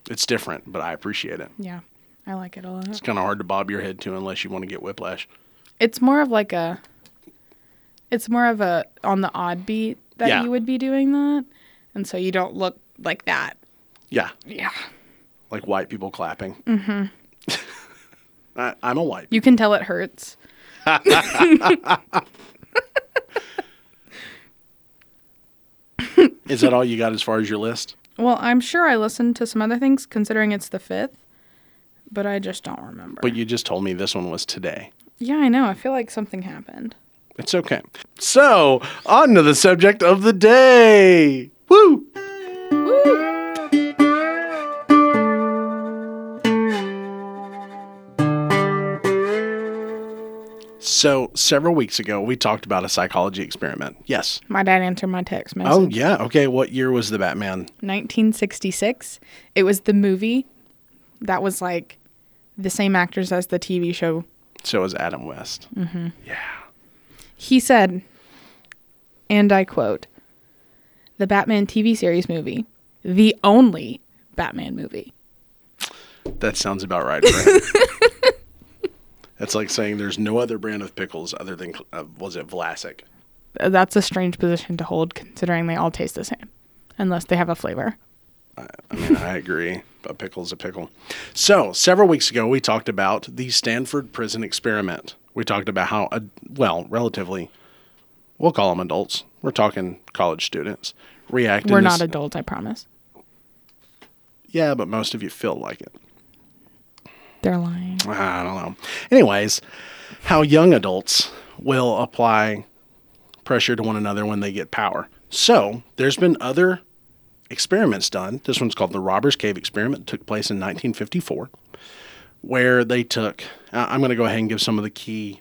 S1: It's different, but I appreciate it.
S2: Yeah, I like it a lot.
S1: It's kind of hard to bob your head to unless you want to get whiplash.
S2: It's more of like a. It's more of a on the odd beat that
S1: Yeah.
S2: you would be doing that, and so you don't look like that.
S1: Yeah,
S2: Yeah,
S1: like white people clapping. Mm-hmm. (laughs) I, I'm a white.
S2: you can tell it hurts.
S1: Is that all you got as far as your list?
S2: Well, I'm sure I listened to some other things considering it's the fifth, but I just don't remember.
S1: But you just told me this one was today.
S2: yeah, I know. I feel like something happened.
S1: It's okay. So, on to the subject of the day. Woo! So, several weeks ago, we talked about a psychology experiment. Yes.
S2: My dad answered my text message.
S1: Oh, yeah. Okay. What year was the Batman?
S2: 1966. It was the movie that was like the same actors as the TV show.
S1: So was Adam West.
S2: He said, and I quote, the Batman TV series movie, the only Batman movie.
S1: That sounds about right for him. That's like saying there's no other brand of pickles other than, uh, was it Vlasic?
S2: Uh, That's a strange position to hold considering they all taste the same, unless they have a flavor.
S1: I mean, I agree. A pickle's a pickle. So, several weeks ago, we talked about the Stanford prison experiment. We talked about how, uh, well, relatively, we'll call them adults. We're talking college students. React. in
S2: We're
S1: this-
S2: not adults, I promise.
S1: Yeah, but most of you feel like it.
S2: They're lying.
S1: I don't know. Anyways, how young adults will apply pressure to one another when they get power. So there's been other experiments done. This one's called the Robbers Cave experiment. It took place in 1954, where they took. I- I'm going to go ahead and give some of the key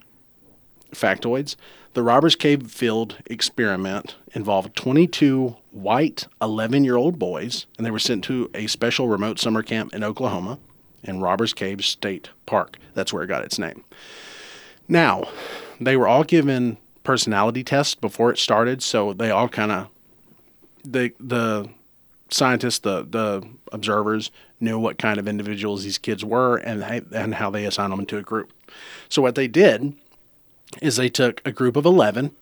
S1: factoids. The Robbers Cave Field experiment involved 22 white 11 year old boys, and they were sent to a special remote summer camp in Oklahoma in Robbers Cave State Park. That's where it got its name. Now, they were all given personality tests before it started, so they all kind of the the scientists, the the observers knew what kind of individuals these kids were and and how they assigned them to a group. So what they did is they took a group of 11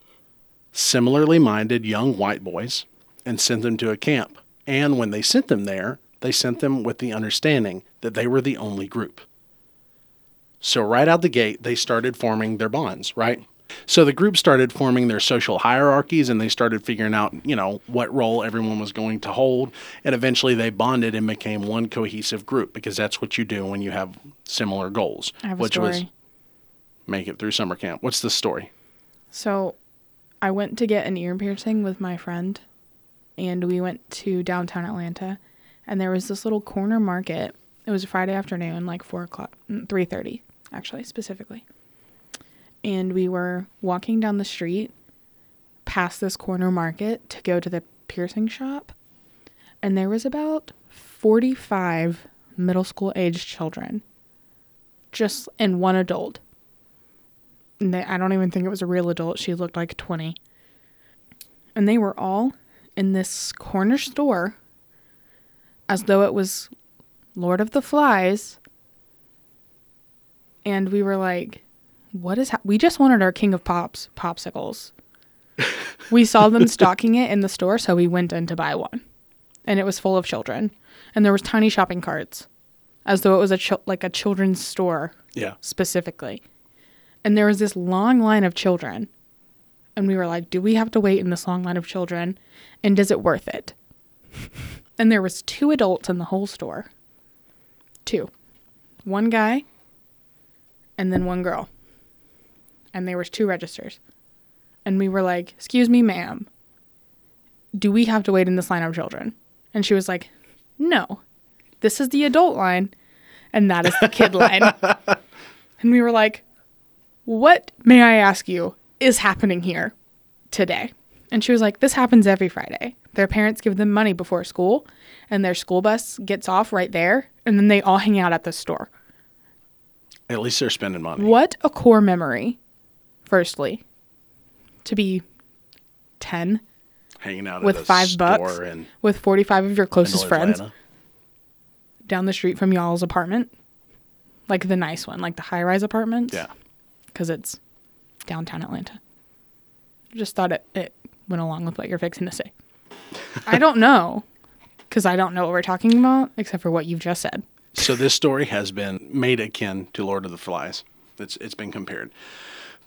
S1: similarly minded young white boys and sent them to a camp. And when they sent them there, they sent them with the understanding that they were the only group. So, right out the gate, they started forming their bonds, right? So, the group started forming their social hierarchies and they started figuring out, you know, what role everyone was going to hold. And eventually they bonded and became one cohesive group because that's what you do when you have similar goals,
S2: I have a
S1: which
S2: story.
S1: was make it through summer camp. What's the story?
S2: So I went to get an ear piercing with my friend and we went to downtown Atlanta and there was this little corner market. It was a Friday afternoon, like four o'clock mm, three thirty, actually, specifically. And we were walking down the street past this corner market to go to the piercing shop. And there was about forty five middle school aged children. Just and one adult. And they, I don't even think it was a real adult. She looked like 20. And they were all in this corner store as though it was Lord of the Flies. And we were like, what is ha-? we just wanted our King of Pops popsicles. we saw them stocking it in the store, so we went in to buy one. And it was full of children. And there was tiny shopping carts as though it was a chil- like a children's store
S1: Yeah.
S2: specifically. And there was this long line of children. And we were like, do we have to wait in this long line of children? And is it worth it? (laughs) and there was two adults in the whole store. Two. One guy and then one girl. And there was two registers. And we were like, "Excuse me, ma'am. Do we have to wait in this line of children?" And she was like, "No. This is the adult line and that is the kid line." And we were like, what, may I ask you, is happening here? today. And she was like, This happens every Friday. Their parents give them money before school, and their school bus gets off right there, and then they all hang out at the store.
S1: At least they're spending money.
S2: What a core memory, firstly, to be 10
S1: Hanging out at
S2: with
S1: a
S2: five bucks,
S1: store in
S2: with 45 of your closest
S1: Middle
S2: friends
S1: Atlanta.
S2: down the street from y'all's apartment. Like the nice one, like the high rise apartments.
S1: Yeah.
S2: Because it's downtown Atlanta. Just thought it, it went along with what you're fixing to say.
S1: (laughs)
S2: I don't know. Because I don't know what we're talking about except for what you've just said.
S1: So this story has been made akin to Lord of the Flies. It's it's been compared.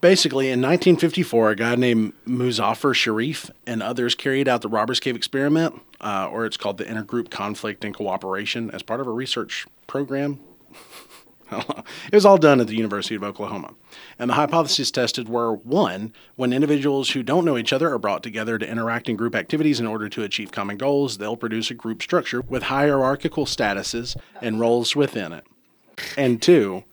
S1: Basically, in 1954, a guy named Muzaffar Sharif and others carried out the Robbers Cave experiment, uh, or it's called the Intergroup Conflict and Cooperation, as part of a research program. (laughs) it was all done at the University of Oklahoma. And the hypotheses tested were one, when individuals who don't know each other are brought together to interact in group activities in order to achieve common goals, they'll produce a group structure with hierarchical statuses and roles within it. And two,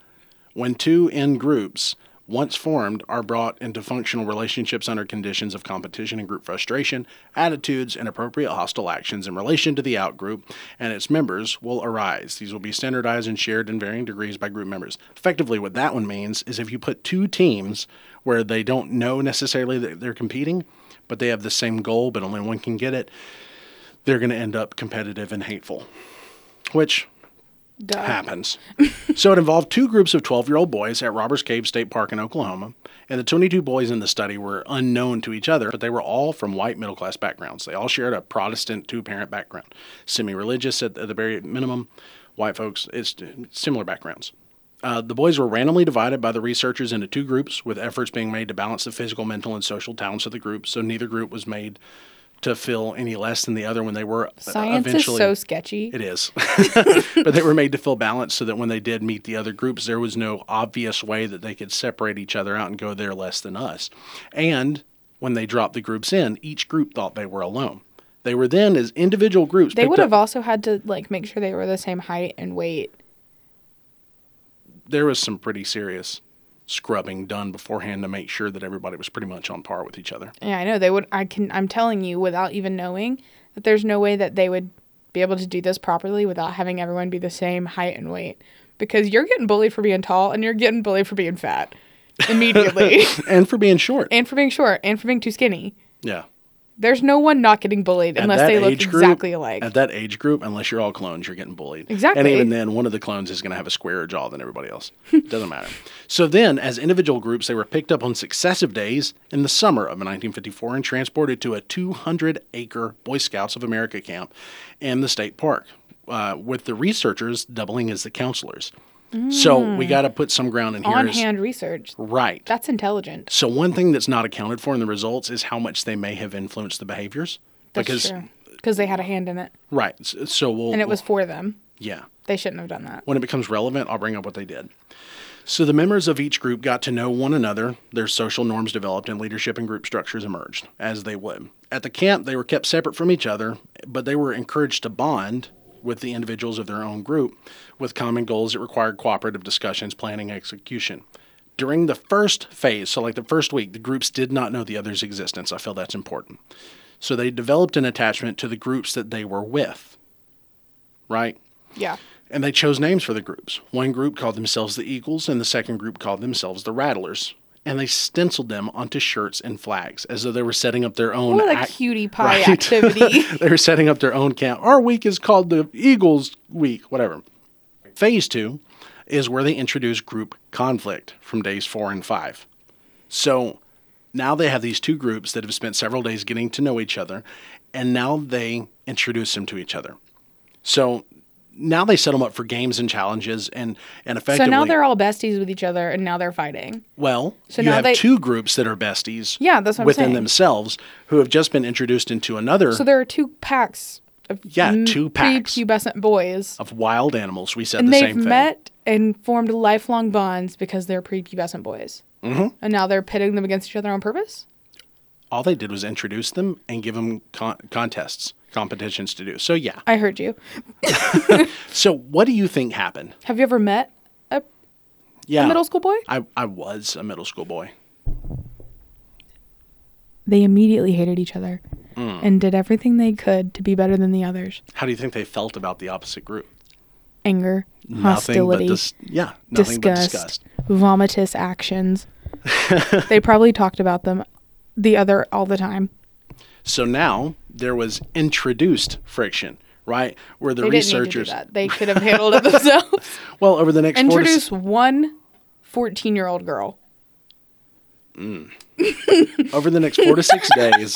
S1: when two in groups, once formed, are brought into functional relationships under conditions of competition and group frustration, attitudes and appropriate hostile actions in relation to the outgroup and its members will arise. These will be standardized and shared in varying degrees by group members. Effectively, what that one means is if you put two teams where they don't know necessarily that they're competing, but they have the same goal, but only one can get it, they're going to end up competitive and hateful, which
S2: Duh.
S1: happens. (laughs) so it involved two groups of 12 year old boys at Robbers Cave State Park in Oklahoma. And the 22 boys in the study were unknown to each other, but they were all from white middle class backgrounds. They all shared a Protestant two parent background, semi religious at, at the very minimum. White folks, it's uh, similar backgrounds. Uh, the boys were randomly divided by the researchers into two groups, with efforts being made to balance the physical, mental, and social talents of the group. So neither group was made to feel any less than the other when they were uh,
S2: Science is
S1: eventually.
S2: so sketchy.
S1: It is. (laughs) but they were made to feel balanced so that when they did meet the other groups, there was no obvious way that they could separate each other out and go there less than us. And when they dropped the groups in, each group thought they were alone. They were then as individual groups.
S2: They
S1: picked
S2: would
S1: up-
S2: have also had to like make sure they were the same height and weight.
S1: There was some pretty serious scrubbing done beforehand to make sure that everybody was pretty much on par with each other.
S2: Yeah, I know they would. I can. I'm telling you, without even knowing, that there's no way that they would be able to do this properly without having everyone be the same height and weight. Because you're getting bullied for being tall, and you're getting bullied for
S1: (laughs)
S2: being fat immediately,
S1: and for being short.
S2: and for being short, and for being too skinny.
S1: yeah.
S2: There's no one not getting bullied
S1: At
S2: unless
S1: that
S2: they look
S1: age group-
S2: exactly alike.
S1: At that age group, unless you're all clones, you're getting bullied. And
S2: Exactly.
S1: even then, one of the clones is going to have a squarer jaw than everybody else. (laughs) Doesn't matter. So then, as individual groups, they were picked up on successive days in the summer of 1954 and transported to a 200 acre Boy Scouts of America camp in the state park, uh, with the researchers doubling as the counselors. So we got to put some ground in here.
S2: Mm. On
S1: is-
S2: hand research.
S1: Right.
S2: That's intelligent.
S1: So one thing that's not accounted for in the results is how much they may have influenced the behaviors.
S2: That's
S1: because
S2: true. Because they had a hand in it,
S1: right, so so we'll
S2: and it was for them.
S1: yeah.
S2: They shouldn't have done that.
S1: When it becomes relevant, I'll bring up what they did. So the members of each group got to know one another, their social norms developed, and leadership and group structures emerged, as they would. At the camp, they were kept separate from each other, but they were encouraged to bond with the individuals of their own group with common goals that required cooperative discussions, planning, execution. During the first phase, so like the first week, the groups did not know the other's existence. I feel that's important. So they developed an attachment to the groups that they were with, right?
S2: Yeah.
S1: And they chose names for the groups. One group called themselves the Eagles, and the second group called themselves the Rattlers. And they stenciled them onto shirts and flags as though they were setting up their own.
S2: What a
S1: act- (laughs)
S2: cutie pie
S1: Right. (laughs)
S2: activity.
S1: they were setting up their own camp. Our week is called the Eagles Week, whatever. Phase two is where they introduce group conflict from days four and five. So now they have these two groups that have spent several days getting to know each other, and now they introduce them to each other. So now they set them up for games and challenges, and and
S2: So
S1: effectively,
S2: now they're all besties with each other, and now they're fighting.
S1: well,
S2: So
S1: you
S2: now
S1: have
S2: they-
S1: two groups that are besties.
S2: Yeah, that's what I'm
S1: within
S2: saying.
S1: themselves who have just been introduced into another
S2: So there are two packs of
S1: Yeah,
S2: m-
S1: two packs.
S2: prepubescent boys,
S1: of wild animals. We said
S2: and
S1: the
S2: they've
S1: same thing.
S2: met and formed lifelong bonds because they're prepubescent boys. Mm-hmm. And now they're pitting them against each other on purpose.
S1: All they did was introduce them and give them con- contests, competitions to do. So yeah.
S2: I heard you.
S1: So what do you think happened?
S2: Have you ever met a
S1: Yeah.
S2: middle school boy?
S1: I I was a middle school boy.
S2: they immediately hated each other
S1: Mm.
S2: and did everything they could to be better than the others.
S1: How do you think they felt about the opposite group?
S2: Anger, hostility,
S1: Nothing but dis- yeah, nothing
S2: disgust,
S1: but disgust. (laughs)
S2: vomitous actions. they probably talked about them the other all the time.
S1: So now there was introduced friction, right? Where the
S2: They
S1: researchers,
S2: didn't need to do that. They could have handled it themselves.
S1: (laughs) well, over the next four to
S2: Introduce one 14 year old girl.
S1: over the next four to six days,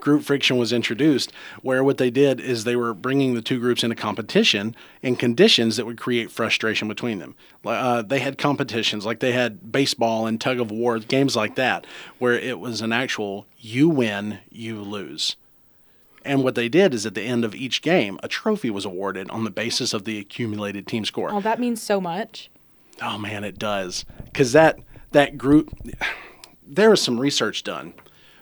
S1: group friction was introduced, where what they did is they were bringing the two groups into competition in conditions that would create frustration between them. Li- Uh, they had competitions, like they had baseball and tug of war, games like that, where it was an actual you win, you lose. And what they did is at the end of each game, a trophy was awarded on the basis of the accumulated team score.
S2: Oh, that means so much.
S1: Oh man, it does. Cause that that group, there was some research done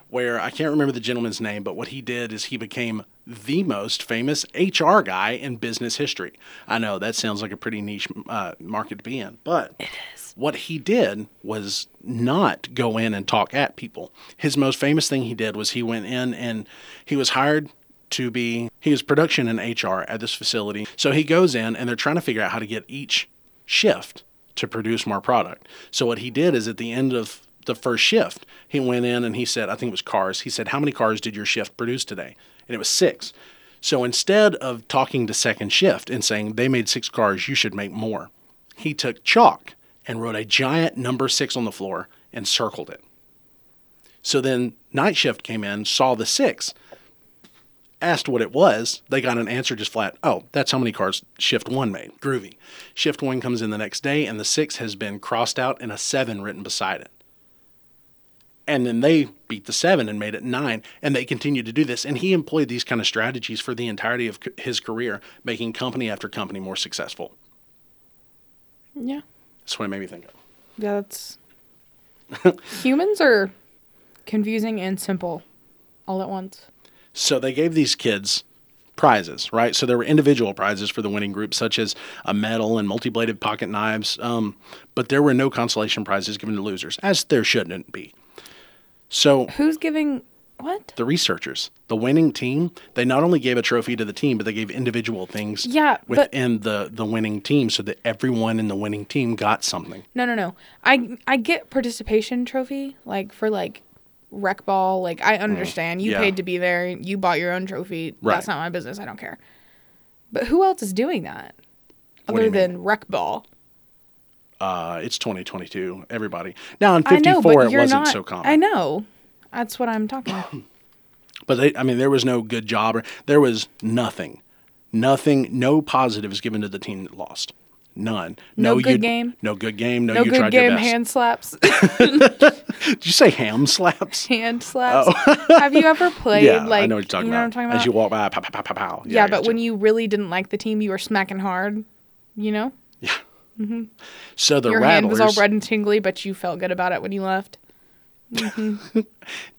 S1: where I can't remember the gentleman's name, but what he did is he became the most famous HR guy in business history. I know that sounds like a pretty niche uh, market to be in, but it is. What he did was not go in and talk at people. His most famous thing he did was he went in and he was hired to be he was production and HR at this facility. So he goes in and they're trying to figure out how to get each shift to produce more product. So what he did is at the end of the first shift, he went in and he said, I think it was cars. He said, How many cars did your shift produce today? And it was six. So instead of talking to second shift and saying, They made six cars, you should make more, he took chalk and wrote a giant number six on the floor and circled it. So then night shift came in, saw the six, asked what it was, they got an answer just flat, oh, that's how many cars shift one made. Groovy. Shift one comes in the next day, and the six has been crossed out and a seven written beside it. And then they beat the seven and made it nine, and they continued to do this. And he employed these kind of strategies for the entirety of c- his career, making company after company more successful.
S2: Yeah.
S1: That's what it made me think of.
S2: Yeah, that's. (laughs) Humans are confusing and simple all at once.
S1: So they gave these kids prizes, right? So there were individual prizes for the winning group, such as a medal and multi-bladed pocket knives. Um, but there were no consolation prizes given to losers, as there shouldn't be. So
S2: Who's giving what?
S1: the researchers, the winning team, they not only gave a trophy to the team, but they gave individual things
S2: Yeah, but-
S1: within the the winning team, so that everyone in the winning team got something.
S2: No, no, no. I I get participation trophy like for like rec ball. Like I understand you
S1: Mm. yeah.
S2: paid to be there. You bought your own trophy.
S1: Right.
S2: That's not my business. I don't care. But who else is doing that
S1: do
S2: other
S1: you mean?
S2: than rec ball?
S1: Uh, it's 2022, everybody. Now in
S2: I know,
S1: 54,
S2: but
S1: it
S2: you're
S1: wasn't
S2: not.
S1: so common.
S2: I know. That's what
S1: (gasps)
S2: I'm talking. about.
S1: But they, I mean, there was no good job. Or, there was nothing, nothing, no positives given to the team that lost. None.
S2: No good
S1: you-
S2: game?
S1: No good game. No,
S2: No
S1: you
S2: good
S1: tried
S2: game.
S1: your best. (laughs)
S2: Hand slaps.
S1: Did you say ham slaps?
S2: hand slaps. (laughs) Have
S1: (laughs)
S2: you ever played
S1: Oh. yeah,
S2: like
S1: I know what you're talking
S2: you know
S1: about.
S2: what I'm talking about?
S1: As you walk by, pow, pow, pow, pow, pow.
S2: yeah,
S1: I
S2: but
S1: gotcha.
S2: when you really didn't like the team, you were smacking hard. You know,
S1: so the
S2: your hand
S1: rattlers,
S2: was all red and tingly, but you felt good about it when you left.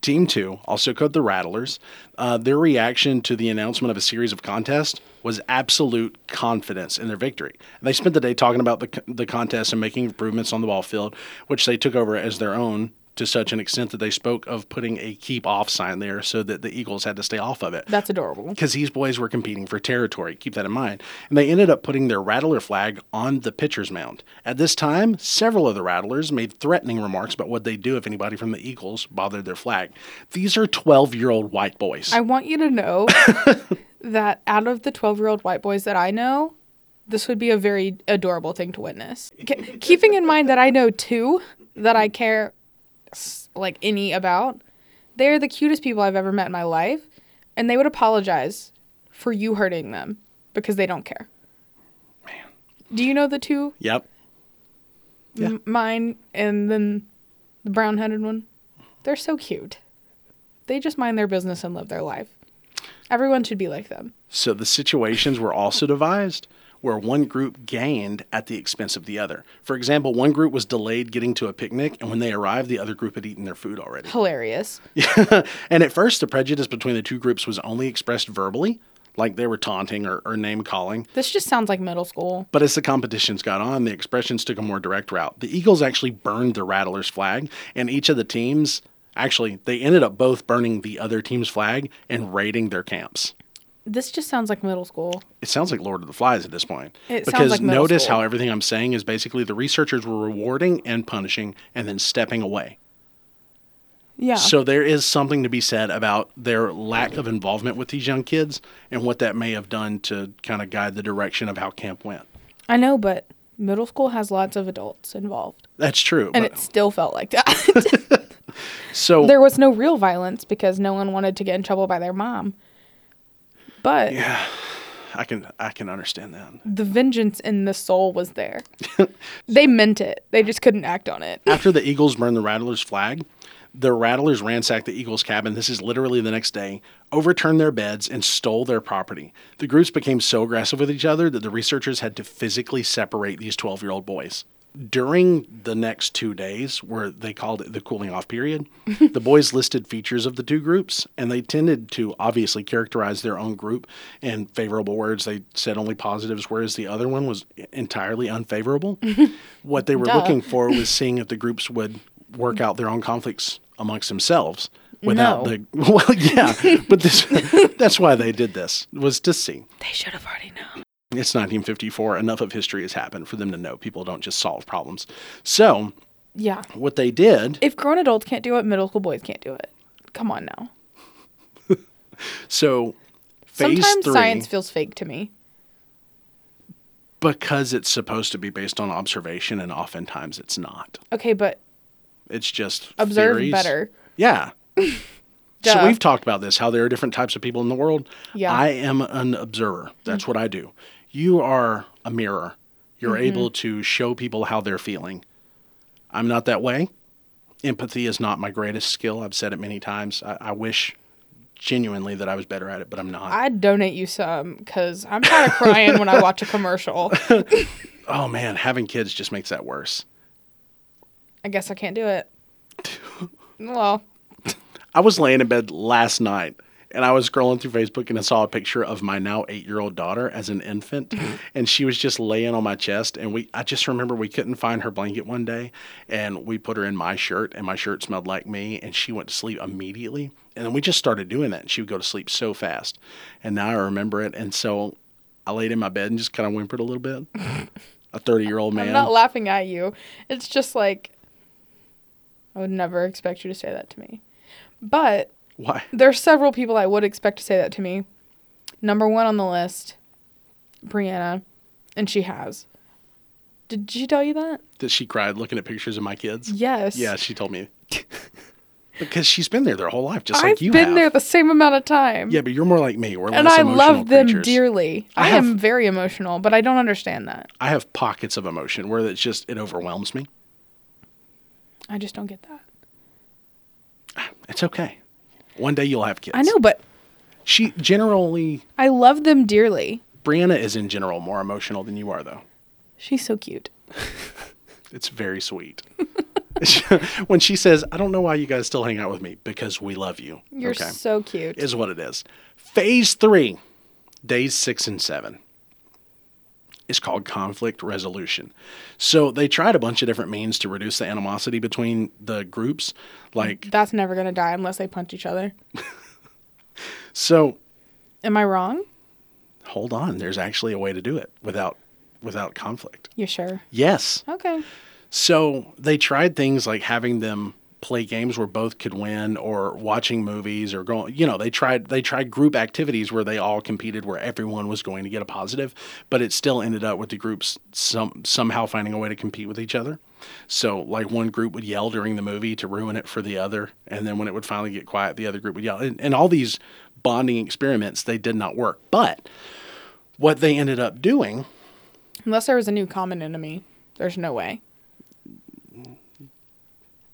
S1: Team Two, also called the Rattlers, uh, their reaction to the announcement of a series of contests was absolute confidence in their victory. And they spent the day talking about the c- the contest and making improvements on the ball field, which they took over as their own to such an extent that they spoke of putting a keep off sign there so that the Eagles had to stay off of it
S2: That's adorable.
S1: because these boys were competing for territory. Keep that in mind. And they ended up putting their rattler flag on the pitcher's mound. At this time, several of the rattlers made threatening remarks about what they'd do if anybody from the Eagles bothered their flag. These are 12 year old white boys.
S2: I want you to know that out of the 12 year old white boys that I know, this would be a very adorable thing to witness. Ke- keeping in mind that I know two that I care s- like any about, they're the cutest people I've ever met in my life, and they would apologize for you hurting them because they don't care. Man. Do you know the two?
S1: yep.
S2: M- mine and then the brown headed one. They're so cute. They just mind their business and live their life. Everyone should be like them.
S1: So the situations were also devised where one group gained at the expense of the other. For example, one group was delayed getting to a picnic, and when they arrived, the other group had eaten their food already.
S2: Hilarious.
S1: And at first, the prejudice between the two groups was only expressed verbally, like they were taunting or, or name calling.
S2: This just sounds like middle school.
S1: But as the competitions got on, the expressions took a more direct route. The Eagles actually burned the Rattlers' flag, and each of the teams Actually, they ended up both burning the other team's flag and raiding their camps.
S2: This just sounds like middle school.
S1: It sounds like Lord of the Flies at this point.
S2: It sounds
S1: because
S2: like middle
S1: notice
S2: school.
S1: how everything I'm saying is basically the researchers were rewarding and punishing and then stepping away.
S2: Yeah.
S1: So there is something to be said about their lack of involvement with these young kids and what that may have done to kind of guide the direction of how camp went.
S2: I know, but middle school has lots of adults involved.
S1: That's true.
S2: And
S1: but-
S2: it still felt like that.
S1: so
S2: (laughs) there was no real violence because no one wanted to get in trouble by their mom. But
S1: I can I can understand that.
S2: the vengeance in the soul was there. (laughs) they meant it. They just couldn't act on it.
S1: (laughs) After the Eagles burned the Rattlers' flag, the Rattlers ransacked the Eagles' cabin. This is literally the next day. Overturned their beds and stole their property. The groups became so aggressive with each other that the researchers had to physically separate these 12 year old boys. During the next two days, where they called it the cooling off period, the boys listed features of the two groups and they tended to obviously characterize their own group in favorable words. They said only positives, whereas the other one was entirely unfavorable. what they were
S2: Duh.
S1: looking for
S2: (laughs)
S1: was seeing if the groups would work out their own conflicts amongst themselves without
S2: No.
S1: the (laughs) well yeah but this (laughs) that's why they did this was to see
S2: They should have already known.
S1: it's 1954 enough of history has happened for them to know people don't just solve problems so
S2: Yeah.
S1: what they did
S2: If grown adults can't do it, middle school boys can't do it. Come on now.
S1: so phase
S2: Sometimes
S1: three
S2: science feels fake to me.
S1: because it's supposed to be based on observation and oftentimes it's not
S2: Okay, but
S1: it's just
S2: observe
S1: theories.
S2: better.
S1: yeah So
S2: (laughs) Duh.
S1: we've talked about this, how there are different types of people in the world.
S2: Yeah. Mm.
S1: I am an observer. That's what I do. You are a mirror. You're
S2: Mm-hmm.
S1: able to show people how they're feeling. I'm not that way. Empathy is not my greatest skill. I've said it many times. I, I wish genuinely that I was better at it, but I'm not.
S2: I'd donate you some because
S1: (laughs)
S2: I'm tired of crying when I watch a commercial.
S1: oh man, having kids just makes that worse.
S2: I guess I can't do it.
S1: (laughs)
S2: Well,
S1: I was laying in bed last night and I was scrolling through Facebook and I saw a picture of my now eight year old daughter as an infant
S2: Mm-hmm.
S1: and she was just laying on my chest and we I just remember we couldn't find her blanket one day and we put her in my shirt and my shirt smelled like me and she went to sleep immediately and then we just started doing that and she would go to sleep so fast and now I remember it and so I laid in my bed and just kind of whimpered a little
S2: (laughs)
S1: bit. A 30 year old
S2: I'm
S1: man.
S2: not laughing at you. It's just like I would never expect you to say that to me. But
S1: Why?
S2: there's several people I would expect to say that to me. Number one on the list, Brianna, and she has. Did she tell you that?
S1: That she cried looking at pictures of my kids?
S2: Yes.
S1: Yeah, she told me. (laughs) because she's been there their whole life, just
S2: I've
S1: like you
S2: been
S1: have.
S2: there the same amount of time.
S1: yeah, but you're more like me. We're
S2: and
S1: less
S2: I
S1: emotional
S2: love them
S1: creatures.
S2: dearly.
S1: I
S2: I,
S1: have-
S2: am very emotional, but I don't understand that.
S1: I have pockets of emotion where it's just it overwhelms me.
S2: I just don't get that.
S1: It's okay. One day you'll have kids.
S2: I know, but
S1: She generally
S2: I love them dearly.
S1: Brianna is in general more emotional than you are though.
S2: She's so cute.
S1: It's very
S2: (laughs)
S1: sweet. (laughs) when she says, "I don't know why you guys still hang out with me because we love you."
S2: You're so cute.
S1: is what it is. Phase three, days six and seven, is called conflict resolution. So they tried a bunch of different means to reduce the animosity between the groups. Like,
S2: That's never gonna die unless they punch each other.
S1: so
S2: Am I wrong?
S1: hold on, there's actually a way to do it without without conflict.
S2: You sure?
S1: Yes.
S2: Okay.
S1: So they tried things like having them play games where both could win or watching movies or going you know they tried they tried group activities where they all competed where everyone was going to get a positive but it still ended up with the groups some somehow finding a way to compete with each other so like one group would yell during the movie to ruin it for the other and then when it would finally get quiet the other group would yell and, and all these bonding experiments they did not work but what they ended up doing
S2: Unless there was a new common enemy, there's no way.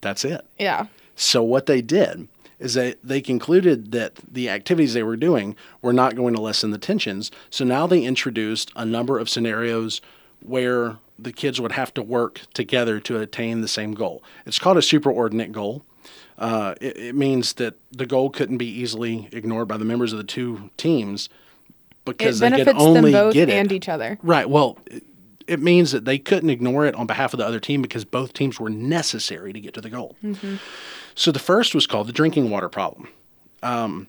S1: that's it
S2: Yeah.
S1: So what they did is they, they concluded that the activities they were doing were not going to lessen the tensions. So now they introduced a number of scenarios where the kids would have to work together to attain the same goal. It's called a superordinate goal. Uh, it, it means that the goal couldn't be easily ignored by the members of the two teams because
S2: It
S1: they could
S2: benefits them
S1: only
S2: both
S1: get it.
S2: and each other.
S1: Right. Well, it- it means that they couldn't ignore it on behalf of the other team because both teams were necessary to get to the goal. So the first was called the drinking water problem. Um,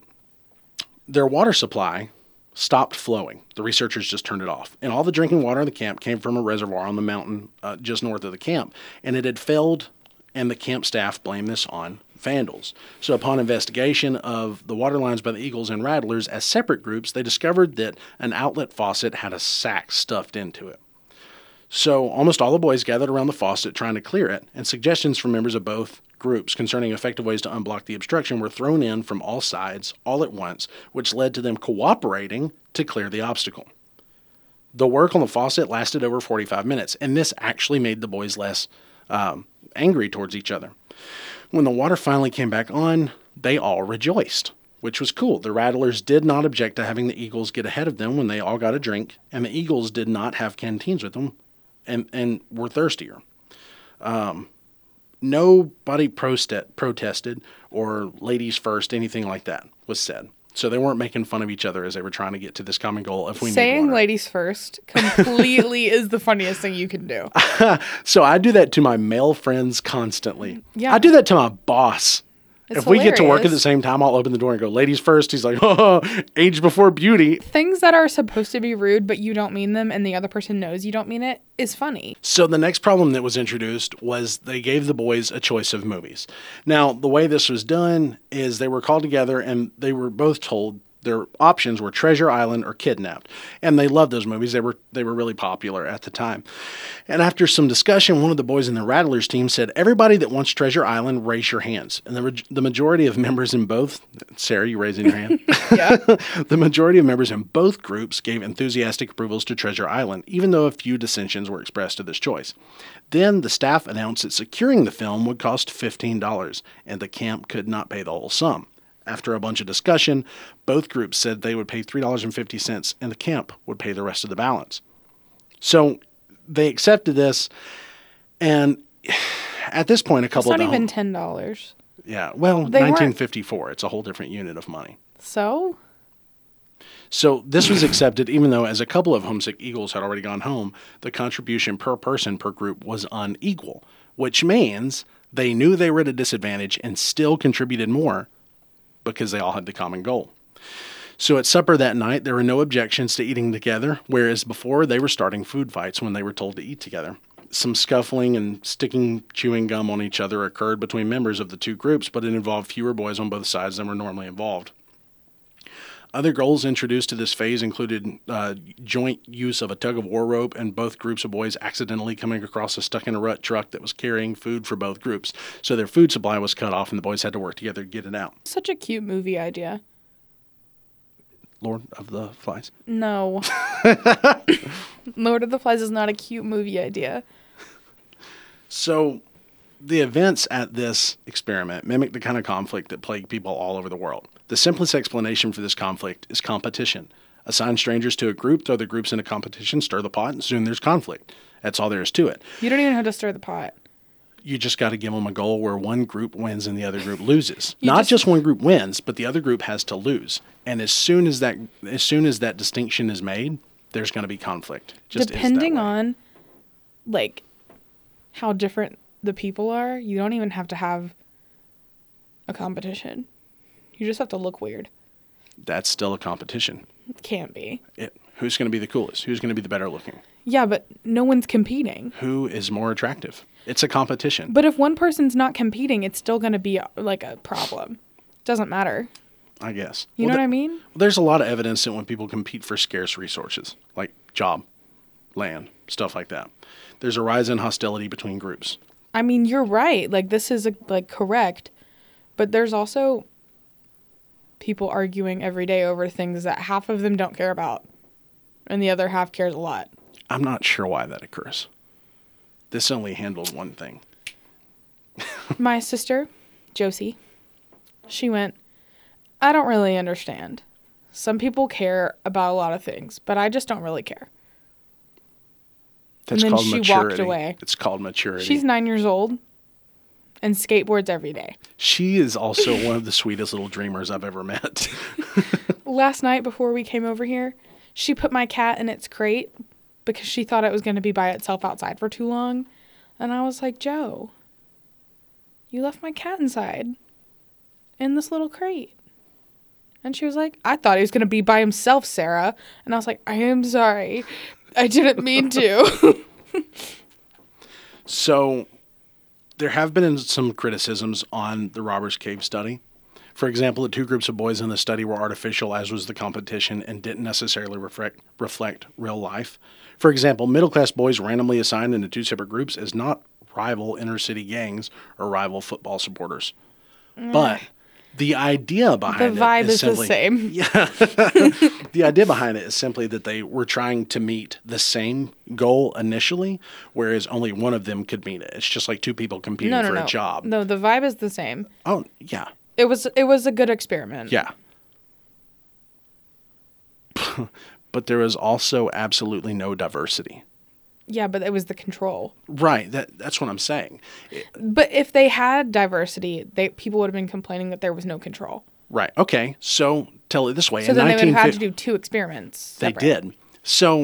S1: their water supply stopped flowing. The researchers just turned it off. And all the drinking water in the camp came from a reservoir on the mountain uh, just north of the camp. And it had failed, and the camp staff blamed this on vandals. So upon investigation of the water lines by the Eagles and Rattlers as separate groups, they discovered that an outlet faucet had a sack stuffed into it. So almost all the boys gathered around the faucet trying to clear it, and suggestions from members of both groups concerning effective ways to unblock the obstruction were thrown in from all sides all at once, which led to them cooperating to clear the obstacle. The work on the faucet lasted over 45 minutes, and this actually made the boys less um, angry towards each other. When the water finally came back on, they all rejoiced, which was cool. The Rattlers did not object to having the Eagles get ahead of them when they all got a drink, and the Eagles did not have canteens with them and, and were thirstier. Um, nobody proste- protested or ladies first, anything like that was said. So they weren't making fun of each other as they were trying to get to this common goal. If we need
S2: Saying
S1: water.
S2: ladies first
S1: (laughs)
S2: completely is the funniest thing you can do.
S1: So I do that to my male friends constantly.
S2: Yeah.
S1: I do that to my boss.
S2: It's
S1: if we get to work at
S2: hilarious.
S1: the same time, I'll open the door and go, ladies first. He's like, (laughs) oh, age before beauty.
S2: Things that are supposed to be rude but you don't mean them and the other person knows you don't mean it is funny.
S1: So the next problem that was introduced was they gave the boys a choice of movies. Now, the way this was done is they were called together and they were both told their options were Treasure Island or Kidnapped. And they loved those movies. They were they were really popular at the time. And after some discussion, one of the boys in the Rattlers team said, "Everybody that wants Treasure Island, raise your hands." And the re- the majority of members in both Sarah, you raising your hand? the majority of members in both groups gave enthusiastic approvals to Treasure Island, even though a few dissensions were expressed to this choice. Then the staff announced that securing the film would cost $15, and the camp could not pay the whole sum. After a bunch of discussion, both groups said they would pay $3.50 and the camp would pay the rest of the balance. So they accepted this, and (sighs) at this point, a
S2: It's
S1: couple
S2: not
S1: of
S2: even ten dollars.
S1: yeah, well,
S2: They weren't-
S1: 1954. It's a whole different unit of money.
S2: So
S1: So this was accepted, even though as a couple of homesick Eagles had already gone home, the contribution per person per group was unequal, which means they knew they were at a disadvantage and still contributed more because they all had the common goal. So at supper that night, there were no objections to eating together, whereas before they were starting food fights when they were told to eat together. Some scuffling and sticking chewing gum on each other occurred between members of the two groups, but it involved fewer boys on both sides than were normally involved. Other goals introduced to this phase included uh, joint use of a tug of war rope and both groups of boys accidentally coming across a stuck in a rut truck that was carrying food for both groups. So their food supply was cut off and the boys had to work together to get it out.
S2: such a cute movie idea.
S1: Lord of the Flies. (laughs)
S2: No. Lord of the Flies is not a cute movie idea.
S1: So the events at this experiment mimic the kind of conflict that plagued people all over the world. The simplest explanation for this conflict is competition. Assign strangers to a group, throw the groups into competition, stir the pot, and soon there's conflict. That's all there is to it.
S2: You don't even have to stir the pot.
S1: you just got to give them a goal where one group wins and the other group loses. Not
S2: just-
S1: just, one group wins, but the other group has to lose. And as soon as that as soon as that distinction is made, there's going to be conflict. Just is that
S2: Depending
S1: way.
S2: on like how different the people are, you don't even have to have a competition. You just have to look weird.
S1: that's still a competition.
S2: Can't be.
S1: It, who's going to be the coolest? Who's going to be the better looking?
S2: Yeah, but no one's competing.
S1: Who is more attractive? It's a competition.
S2: But if one person's not competing, it's still going to be uh, like a problem. Doesn't matter.
S1: I guess.
S2: You
S1: Well,
S2: know
S1: the-
S2: what I mean?
S1: There's a lot of evidence that when people compete for scarce resources, like job, land, stuff like that, there's a rise in hostility between groups.
S2: I mean, you're right. Like this is like correct, but there's also people arguing every day over things that half of them don't care about and the other half cares
S1: (laughs)
S2: a lot.
S1: I'm not sure why that occurs. This only handled one thing.
S2: My sister, Josie, she went, I don't really understand. Some people care about a lot of things, but I just don't really care.
S1: That's
S2: then
S1: called
S2: she walked
S1: maturity.
S2: away.
S1: It's called maturity.
S2: She's nine years old and skateboards every day.
S1: she is also one of the sweetest little dreamers I've ever met. (laughs)
S2: Last night before we came over here, she put my cat in its crate because she thought it was going to be by itself outside for too long. And I was like, Joe, You left my cat inside in this little crate. And she was like, I thought he was going to be by himself, Sarah. And I was like, I am sorry. I didn't
S1: (laughs)
S2: mean to.
S1: So there have been some criticisms on the Robbers Cave study. For example, the two groups of boys in the study were artificial, as was the competition, and didn't necessarily reflect, reflect real life. For example, middle class boys randomly assigned into two separate groups is not rival inner city gangs or rival football supporters. But the idea
S2: Mm. the
S1: behind it
S2: vibe
S1: is
S2: is the
S1: simply-
S2: same.
S1: the idea behind it is simply that they were trying to meet the same goal initially, whereas only one of them could meet it. It's just like two people competing
S2: No, no,
S1: for
S2: no.
S1: a job.
S2: No, the vibe is the same.
S1: Oh, yeah.
S2: It was it was a good experiment.
S1: Yeah. (laughs) but there was also absolutely no diversity.
S2: Yeah, but it was the control.
S1: Right. That that's what I'm saying.
S2: But if they had diversity, they people would have been complaining that there was no control.
S1: Right. Okay. So tell it this way.
S2: So
S1: in
S2: then they would have had
S1: 1950
S2: to do two experiments.
S1: They
S2: separate.
S1: did. So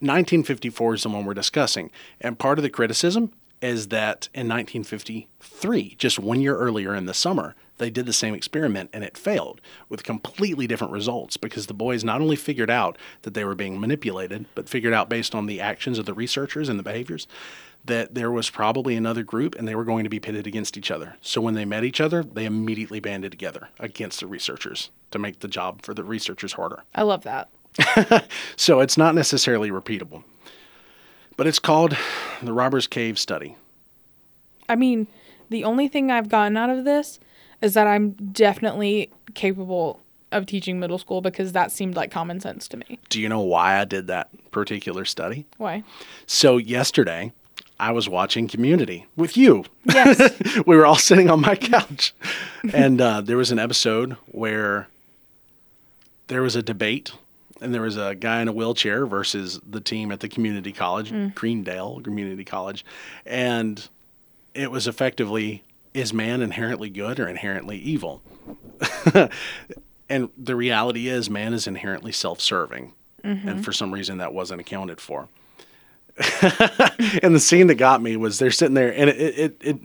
S1: 1954 is the one we're discussing. And part of the criticism is that in 1953, just one year earlier in the summer, they did the same experiment and it failed with completely different results because the boys not only figured out that they were being manipulated, but figured out based on the actions of the researchers and the behaviors that there was probably another group and they were going to be pitted against each other. So when they met each other, they immediately banded together against the researchers to make the job for the researchers harder.
S2: I love that.
S1: So it's not necessarily repeatable. But it's called the Robber's Cave Study.
S2: I mean, the only thing I've gotten out of this is that I'm definitely capable of teaching middle school because that seemed like common sense to me.
S1: Do you know why I did that particular study?
S2: Why?
S1: So yesterday, I was watching Community with you.
S2: Yes.
S1: (laughs) we were all sitting on my couch, and uh, there was an episode where there was a debate, and there was a guy in a wheelchair versus the team at the community college, Greendale Community College, and it was effectively is man inherently good or inherently evil? (laughs) and the reality is, man is inherently self-serving, and for some reason that wasn't accounted for and the scene that got me was they're sitting there and it, it, it, it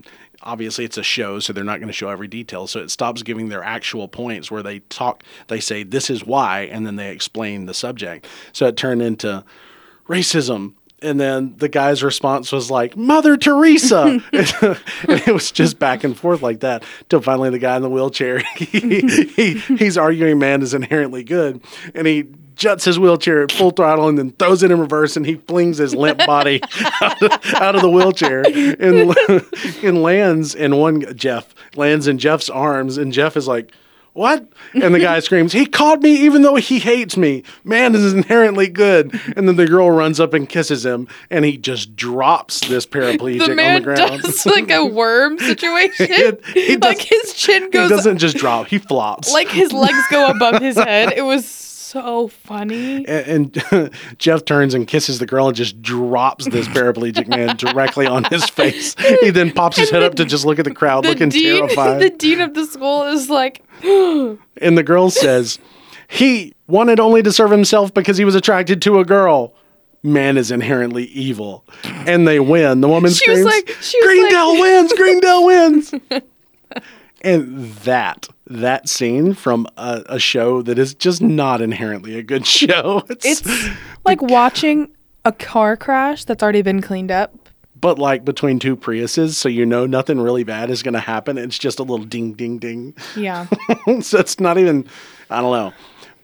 S1: obviously it's a show so they're not going to show every detail so it stops giving their actual points where they talk they say this is why and then they explain the subject so it turned into racism and then the guy's response was like mother teresa and it was just back and forth like that till finally the guy in the wheelchair (laughs) he, he, he's arguing man is inherently good and he juts his wheelchair at full throttle and then throws it in reverse and he flings his limp body (laughs) out of, out of the wheelchair and, and (laughs) lands in one Jeff lands in Jeff's arms and Jeff is like what? And the guy screams, He called me even though he hates me. Man is inherently good. And then the girl runs up and kisses him, and he just drops this paraplegic
S2: the
S1: on the
S2: man
S1: ground.
S2: does (laughs) like
S1: (laughs)
S2: a worm situation.
S1: He- he
S2: like
S1: does-
S2: his chin
S1: he
S2: goes
S1: doesn't just drop, he flops. (laughs)
S2: like his legs go above his head. It was so funny.
S1: and, and (laughs) Jeff turns and kisses the girl and just drops
S2: (laughs)
S1: this paraplegic man directly on his face. He then pops his head up to just look at the crowd,
S2: The
S1: looking
S2: dean, (laughs)
S1: terrified.
S2: the dean of the school is like,
S1: and the girl says, "He wanted only to serve himself because he was attracted to a girl." Man is inherently evil, and they win. The woman
S2: She was
S1: screams,
S2: like- (laughs) she was
S1: "Greendale wins! Greendale wins!" and that that scene from a, a show that is just not inherently a good (laughs) show.
S2: it's like watching a car crash that's already been cleaned up.
S1: but like between two Priuses, so you know nothing really bad is going to happen. It's just a little ding, ding, ding. (laughs)
S2: Yeah.
S1: so it's not even. I don't know.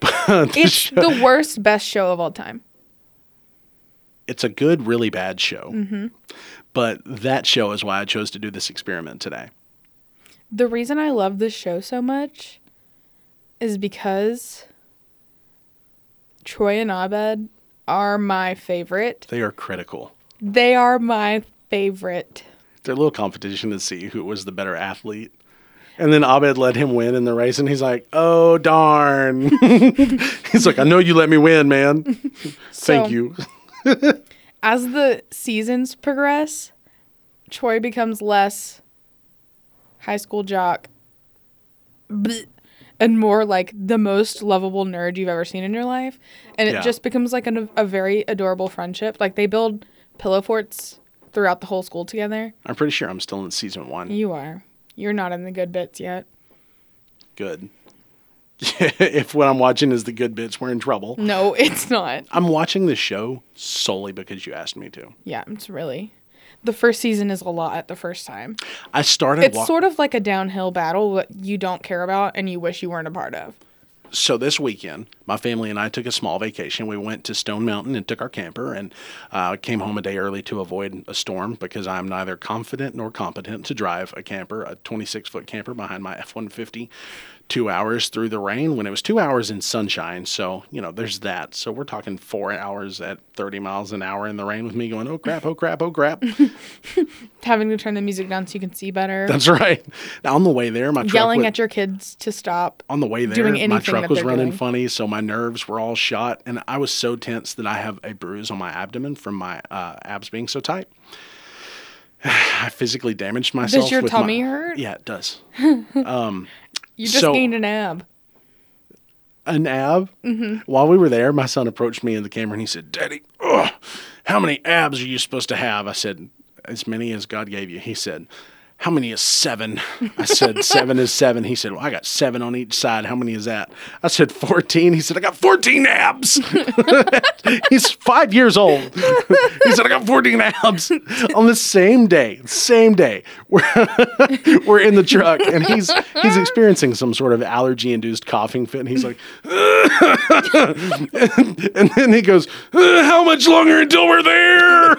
S1: But the
S2: It's
S1: show-
S2: the worst, best show of all time.
S1: it's a good, really bad show. But that show is why I chose to do this experiment today.
S2: The reason I love this show so much is because Troy and Abed are my favorite.
S1: They are critical.
S2: They are my favorite.
S1: Their little competition to see who was the better athlete. And then Abed let him win in the race, and he's like, "Oh darn!" he's like, "I know you let me win, man. Thank
S2: So-
S1: you."
S2: as the seasons progress, Troy becomes less high school jock bleh, and more like the most lovable nerd you've ever seen in your life. And it
S1: Yeah.
S2: just becomes like an, a very adorable friendship. Like they build pillow forts throughout the whole school together.
S1: I'm pretty sure I'm still in season one.
S2: You are. You're not in the good bits yet.
S1: Good. (laughs) if what I'm watching is the good bits, we're in trouble.
S2: No, (laughs) it's not.
S1: I'm watching this show solely because you asked me to.
S2: Yeah, it's really. The first season is a lot the first time.
S1: I started
S2: It's
S1: wa-
S2: sort of like a downhill battle that you don't care about and you wish you weren't a part of.
S1: so this weekend, my family and I took a small vacation. We went to Stone Mountain and took our camper and uh, came home a day early to avoid a storm because I'm neither confident nor competent to drive a camper, a 26 foot camper behind my F 150, two hours through the rain when it was two hours in sunshine. So, you know, there's that. So we're talking four hours at 30 miles an hour in the rain with me going, oh crap, oh crap, oh
S2: (laughs)
S1: crap.
S2: Having to turn the music down so you can see better.
S1: That's right. Now, on the way there, my truck
S2: yelling
S1: went-
S2: at your kids to stop.
S1: on the way there,
S2: doing
S1: my
S2: anything
S1: truck
S2: that
S1: was
S2: they're
S1: running
S2: doing.
S1: funny, so my nerves were all shot, and I was so tense that I have a bruise on my abdomen from my uh, abs being so tight. (sighs) I physically damaged myself.
S2: your
S1: with my-
S2: tummy hurt?
S1: Yeah, it does.
S2: You just
S1: So-
S2: gained an ab. (laughs)
S1: An ab. Mm-hmm. While we were there, my son approached me in the camera and he said, "Daddy, ugh, how many abs are you supposed to have?" I said, "As many as God gave you." He said. How many is seven? I said, seven is seven. He said, Well, I got seven on each side. How many is that? I said, 14. He said, I got 14 abs. He's five years old. he said, I got 14 abs on the same day, same day. We're, (laughs) we're in the truck and he's he's experiencing some sort of allergy induced coughing fit. And he's like, (laughs) and then he goes, "Uh, How much longer until we're there? (laughs)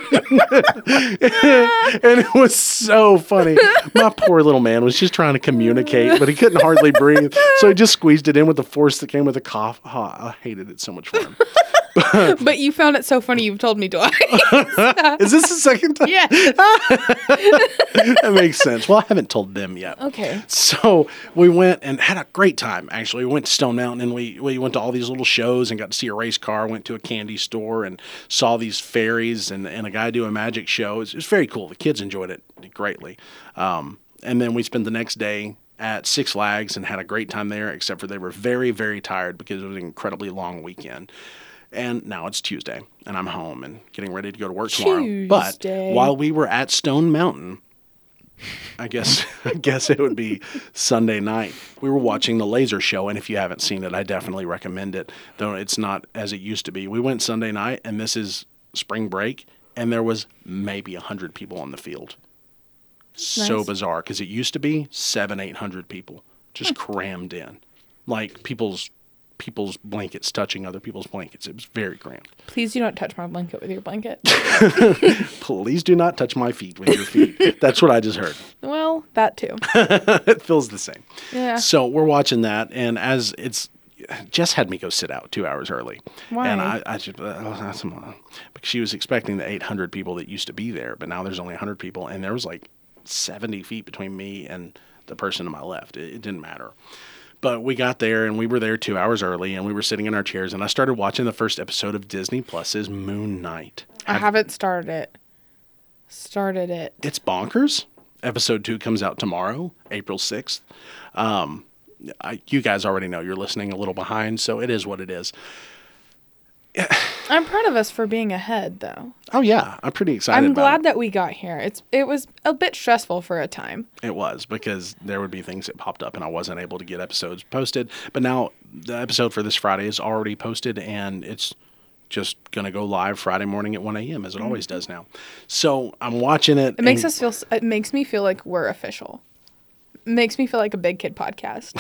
S1: and it was so funny. My poor little man was just trying to communicate, but he couldn't hardly breathe. So he just squeezed it in with the force that came with a cough. Oh, I hated it so much for him.
S2: But you found it so funny you've told me twice. (laughs)
S1: Is this the second time?
S2: yeah.
S1: (laughs) that makes sense. Well, I haven't told them yet.
S2: Okay.
S1: So we went and had a great time. Actually, we went to Stone Mountain and we we went to all these little shows and got to see a race car. Went to a candy store and saw these fairies and and a guy do a magic show. It was, it was very cool. The kids enjoyed it greatly. Um, and then we spent the next day at Six Flags and had a great time there. Except for they were very very tired because it was an incredibly long weekend. And now it's Tuesday, and I'm home and getting ready to go to work tomorrow. But
S2: Tuesday.
S1: while we were at Stone Mountain, I guess (laughs) I guess it would be Sunday night. We were watching the laser show, and if you haven't seen it, I definitely recommend it. Though it's not as it used to be. We went Sunday night, and this is spring break, and there was maybe hundred people on the field. So
S2: Nice.
S1: bizarre because it used to be seven, eight hundred people just crammed in, like people's people's blankets touching other people's blankets. It was very cramped.
S2: Please do not touch my blanket with
S1: (laughs)
S2: your blanket.
S1: Please do not touch my feet with your
S2: (laughs)
S1: feet. That's what I just heard. (laughs)
S2: well, that too.
S1: It feels the same.
S2: Yeah.
S1: (laughs) So we're watching that, and as it's, Jess had me go sit out two hours early.
S2: Why?
S1: And I, I just, uh, that's uh, because she was expecting the 800 people that used to be there, but now there's only 100 people, and there was like 70 feet between me and the person to my left. It, it didn't matter. But we got there and we were there two hours early and we were sitting in our chairs and I started watching the first episode of Disney Plus's Moon Knight.
S2: I haven't started it. Started it.
S1: it's bonkers. Episode two comes out tomorrow, April 6th. Um, I, you guys already know you're listening a little behind, so it is what it is.
S2: I'm proud of us for being ahead though.
S1: Oh, yeah, I'm pretty excited.
S2: I'm
S1: about
S2: glad that we got here. It's it was a bit stressful for a time.
S1: it. it was because there would be things that popped up and I wasn't able to get episodes posted. But now the episode for this Friday is already posted and it's just going to go live Friday morning at 1 a.m., as it always does now. So I'm watching it.
S2: Mm-hmm. It makes us feel s- it makes me feel like we're official. makes me feel like a big kid podcast.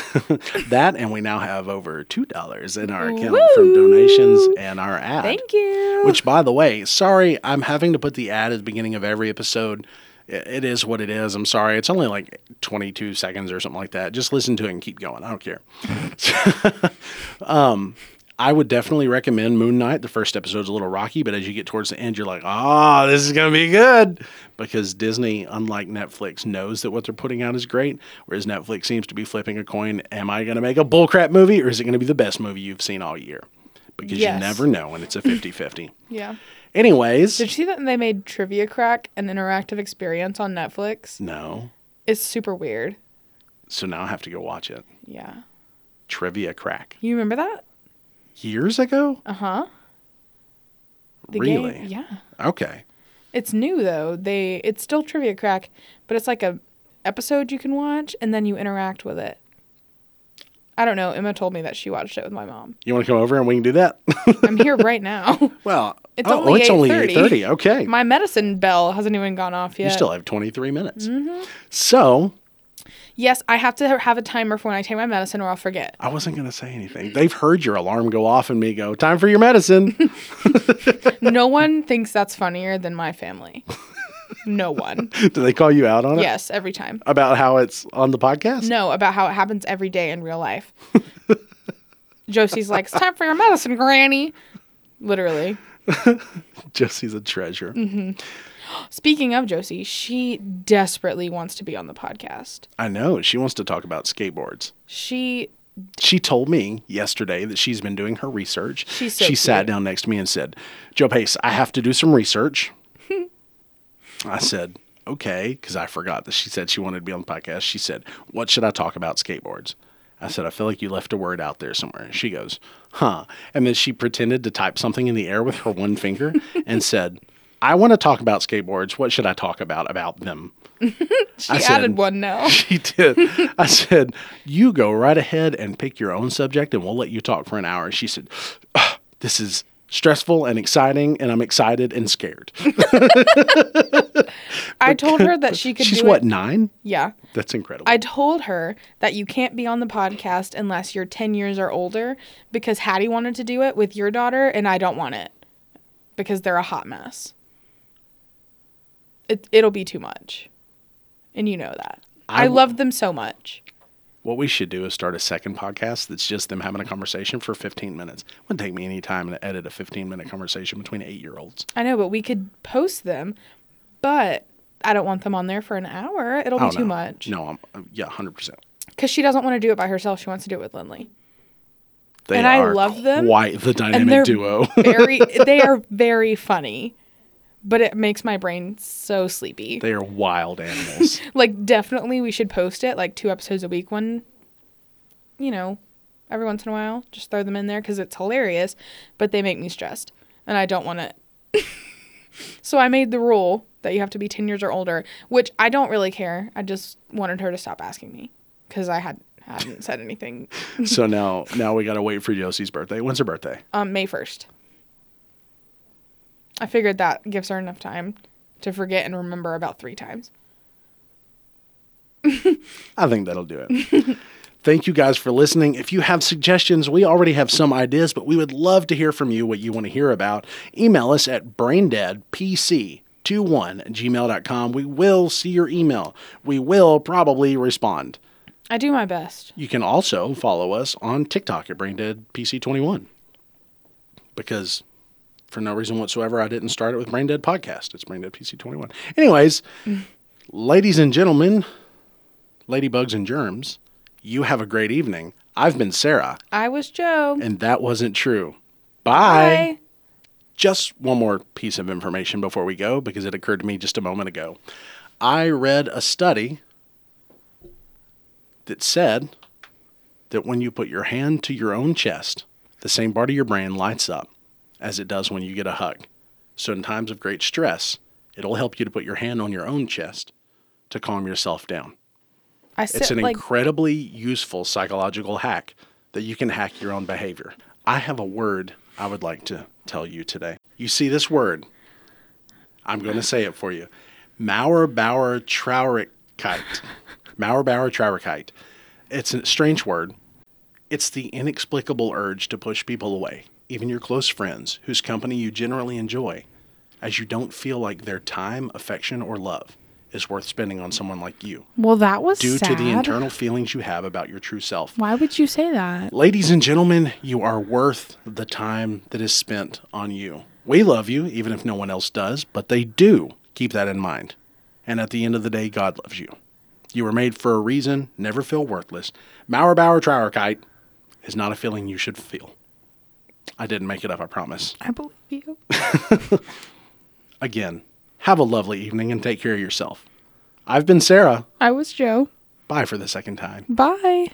S1: (laughs) that, and we now have over $2 in our account from donations and our ad.
S2: Thank you.
S1: Which, by the way, sorry, I'm having to put the ad at the beginning of every episode. I- It is what it is. I'm sorry. It's only like 22 seconds or something like that. Just listen to it and keep going. I don't care. I would definitely recommend Moon Knight. The first episode's a little rocky, but as you get towards the end, you're like, ah, this is going to be good. Because Disney, unlike Netflix, knows that what they're putting out is great, whereas Netflix seems to be flipping a coin. Am I going to make a bullcrap movie or is it going to be the best movie you've seen all year? Because you
S2: Yes.
S1: never know, and it's a 50 50.
S2: yeah.
S1: Anyways.
S2: Did you see that they made Trivia Crack an interactive experience on Netflix?
S1: No.
S2: It's super weird.
S1: So now I have to go watch it.
S2: Yeah.
S1: Trivia crack.
S2: You remember that?
S1: Years ago?
S2: Uh-huh.
S1: really?
S2: Game, yeah.
S1: Okay.
S2: It's new though. They it's still Trivia Crack, but it's like a episode you can watch and then you interact with it. I don't know. Emma told me that she watched it with my mom.
S1: You want to come over and we can do that? (laughs)
S2: I'm here right now.
S1: well,
S2: It's
S1: oh,
S2: only
S1: it's only
S2: 8:30.
S1: 8.30. Okay.
S2: my medicine bell hasn't even gone off yet.
S1: you still have 23 minutes.
S2: Mm-hmm.
S1: So
S2: Yes, I have to have a timer for when I take my medicine or I'll forget.
S1: I wasn't going to say anything. They've heard your alarm go off and me go, time for your
S2: (laughs)
S1: medicine.
S2: no one thinks that's funnier than my
S1: (laughs)
S2: family. No one.
S1: do they call you out on it?
S2: Yes, every time.
S1: About how it's on the podcast?
S2: No, about how it happens every day in
S1: (laughs)
S2: real life. Josie's like, it's time for your medicine, Granny. Literally.
S1: Jesse's a treasure.
S2: Mm-hmm. Speaking of Josie, she desperately wants to be on the podcast.
S1: I know. She wants to talk about skateboards.
S2: She
S1: She told me yesterday that she's been doing her research.
S2: She's so
S1: she sat
S2: cute.
S1: down next to me and said, Joe Pace, I have to do some
S2: (laughs)
S1: research. I said, okay, because I forgot that she said she wanted to be on the podcast. She said, what should I talk about skateboards? I said, I feel like you left a word out there somewhere. And she goes, huh. And then she pretended to type something in the air with her one finger and said, I want to talk about skateboards. What should I talk about about them?
S2: she
S1: I
S2: added
S1: said-
S2: one
S1: (laughs)
S2: now.
S1: She did. I said, "You go right ahead and pick your own subject, and we'll let you talk for an hour." She said, "Ah, "This is stressful and exciting, and I'm excited and
S2: (laughs)
S1: scared."
S2: I told her
S1: (laughs)
S2: that she could
S1: She's
S2: do
S1: what
S2: it.
S1: nine?
S2: Yeah.
S1: That's incredible.
S2: I told her that you can't be on the podcast unless you're 10 years or older because Hattie wanted to do it with your daughter and I don't want it because they're a hot mess. It, it'll be too much. And you know that.
S1: I
S2: I,
S1: w-
S2: love them so much.
S1: what we should do is start a second podcast that's just them having a conversation for 15 minutes. Wouldn't take me any time to edit a 15 minute conversation between eight year olds.
S2: I know, but we could post them, but I don't want them on there for an hour. It'll be
S1: Oh,
S2: too
S1: no.
S2: much.
S1: No, I'm uh, yeah, hundred percent.
S2: Because she doesn't want to do it by herself. She wants to do it with Lindley.
S1: They
S2: And I love them,
S1: Quite the
S2: they're
S1: dynamic duo. (laughs)
S2: very, they are very funny, but it makes my brain so sleepy.
S1: they are wild
S2: (laughs)
S1: animals.
S2: like definitely we should post it like two episodes a week one you know every once in a while just throw them in there because it's hilarious but they make me stressed and i don't want it (laughs) so i made the rule that you have to be 10 years or older which i don't really care i just wanted her to stop asking me because i had hadn't said anything
S1: so now, now we gotta wait for Josie's birthday. When's her birthday?
S2: um may 1st i figured that gives her enough time to forget and remember about three times
S1: I think that'll do it. (laughs) Thank you guys for listening. If you have suggestions, we already have some ideas, but we would love to hear from you what you want to hear about. Email us at braindeadpc21 gmail.com. We will see your email. We will probably respond.
S2: i do my best
S1: You can also follow us on TikTok at braindeadpc21 because for no reason whatsoever, I didn't start it with Braindead Podcast. It's Braindead PC21. Anyways, ladies and gentlemen, ladybugs and germs, you have a great evening. I've been Sarah,
S2: i was joe
S1: and that wasn't true. Bye.
S2: Bye.
S1: Just one more piece of information before we go because it occurred to me just a moment ago. I read a study that said that when you put your hand to your own chest, the same part of your brain lights up as it does when you get a hug. So, in times of great stress, it'll help you to put your hand on your own chest to calm yourself down.
S2: I
S1: It's
S2: sit
S1: an
S2: like
S1: incredibly useful psychological hack that you can hack your own behavior. I have a word I would like to tell you today. You see this word? I'm going to say it for you. Mauerbauer Traurigkeit. Mauerbauer Traurigkeit. It's a strange word. It's the inexplicable urge to push people away, even your close friends, whose company you generally enjoy, as you don't feel like their time, affection, or love is worth spending on someone like you
S2: well, that was
S1: due
S2: sad.
S1: to the internal feelings you have about your true self.
S2: Why would you say that?
S1: Ladies and gentlemen, you are worth the time that is spent on you. We love you, even if no one else does, but they do. Keep that in mind. And at the end of the day, God loves you. You were made for a reason. Never feel worthless. Mauerbauer Trauerkite is not a feeling you should feel. I didn't make it up, I promise.
S2: I believe you.
S1: Again, have a lovely evening and take care of yourself. I've been Sarah.
S2: I was Joe.
S1: Bye for the second time.
S2: Bye.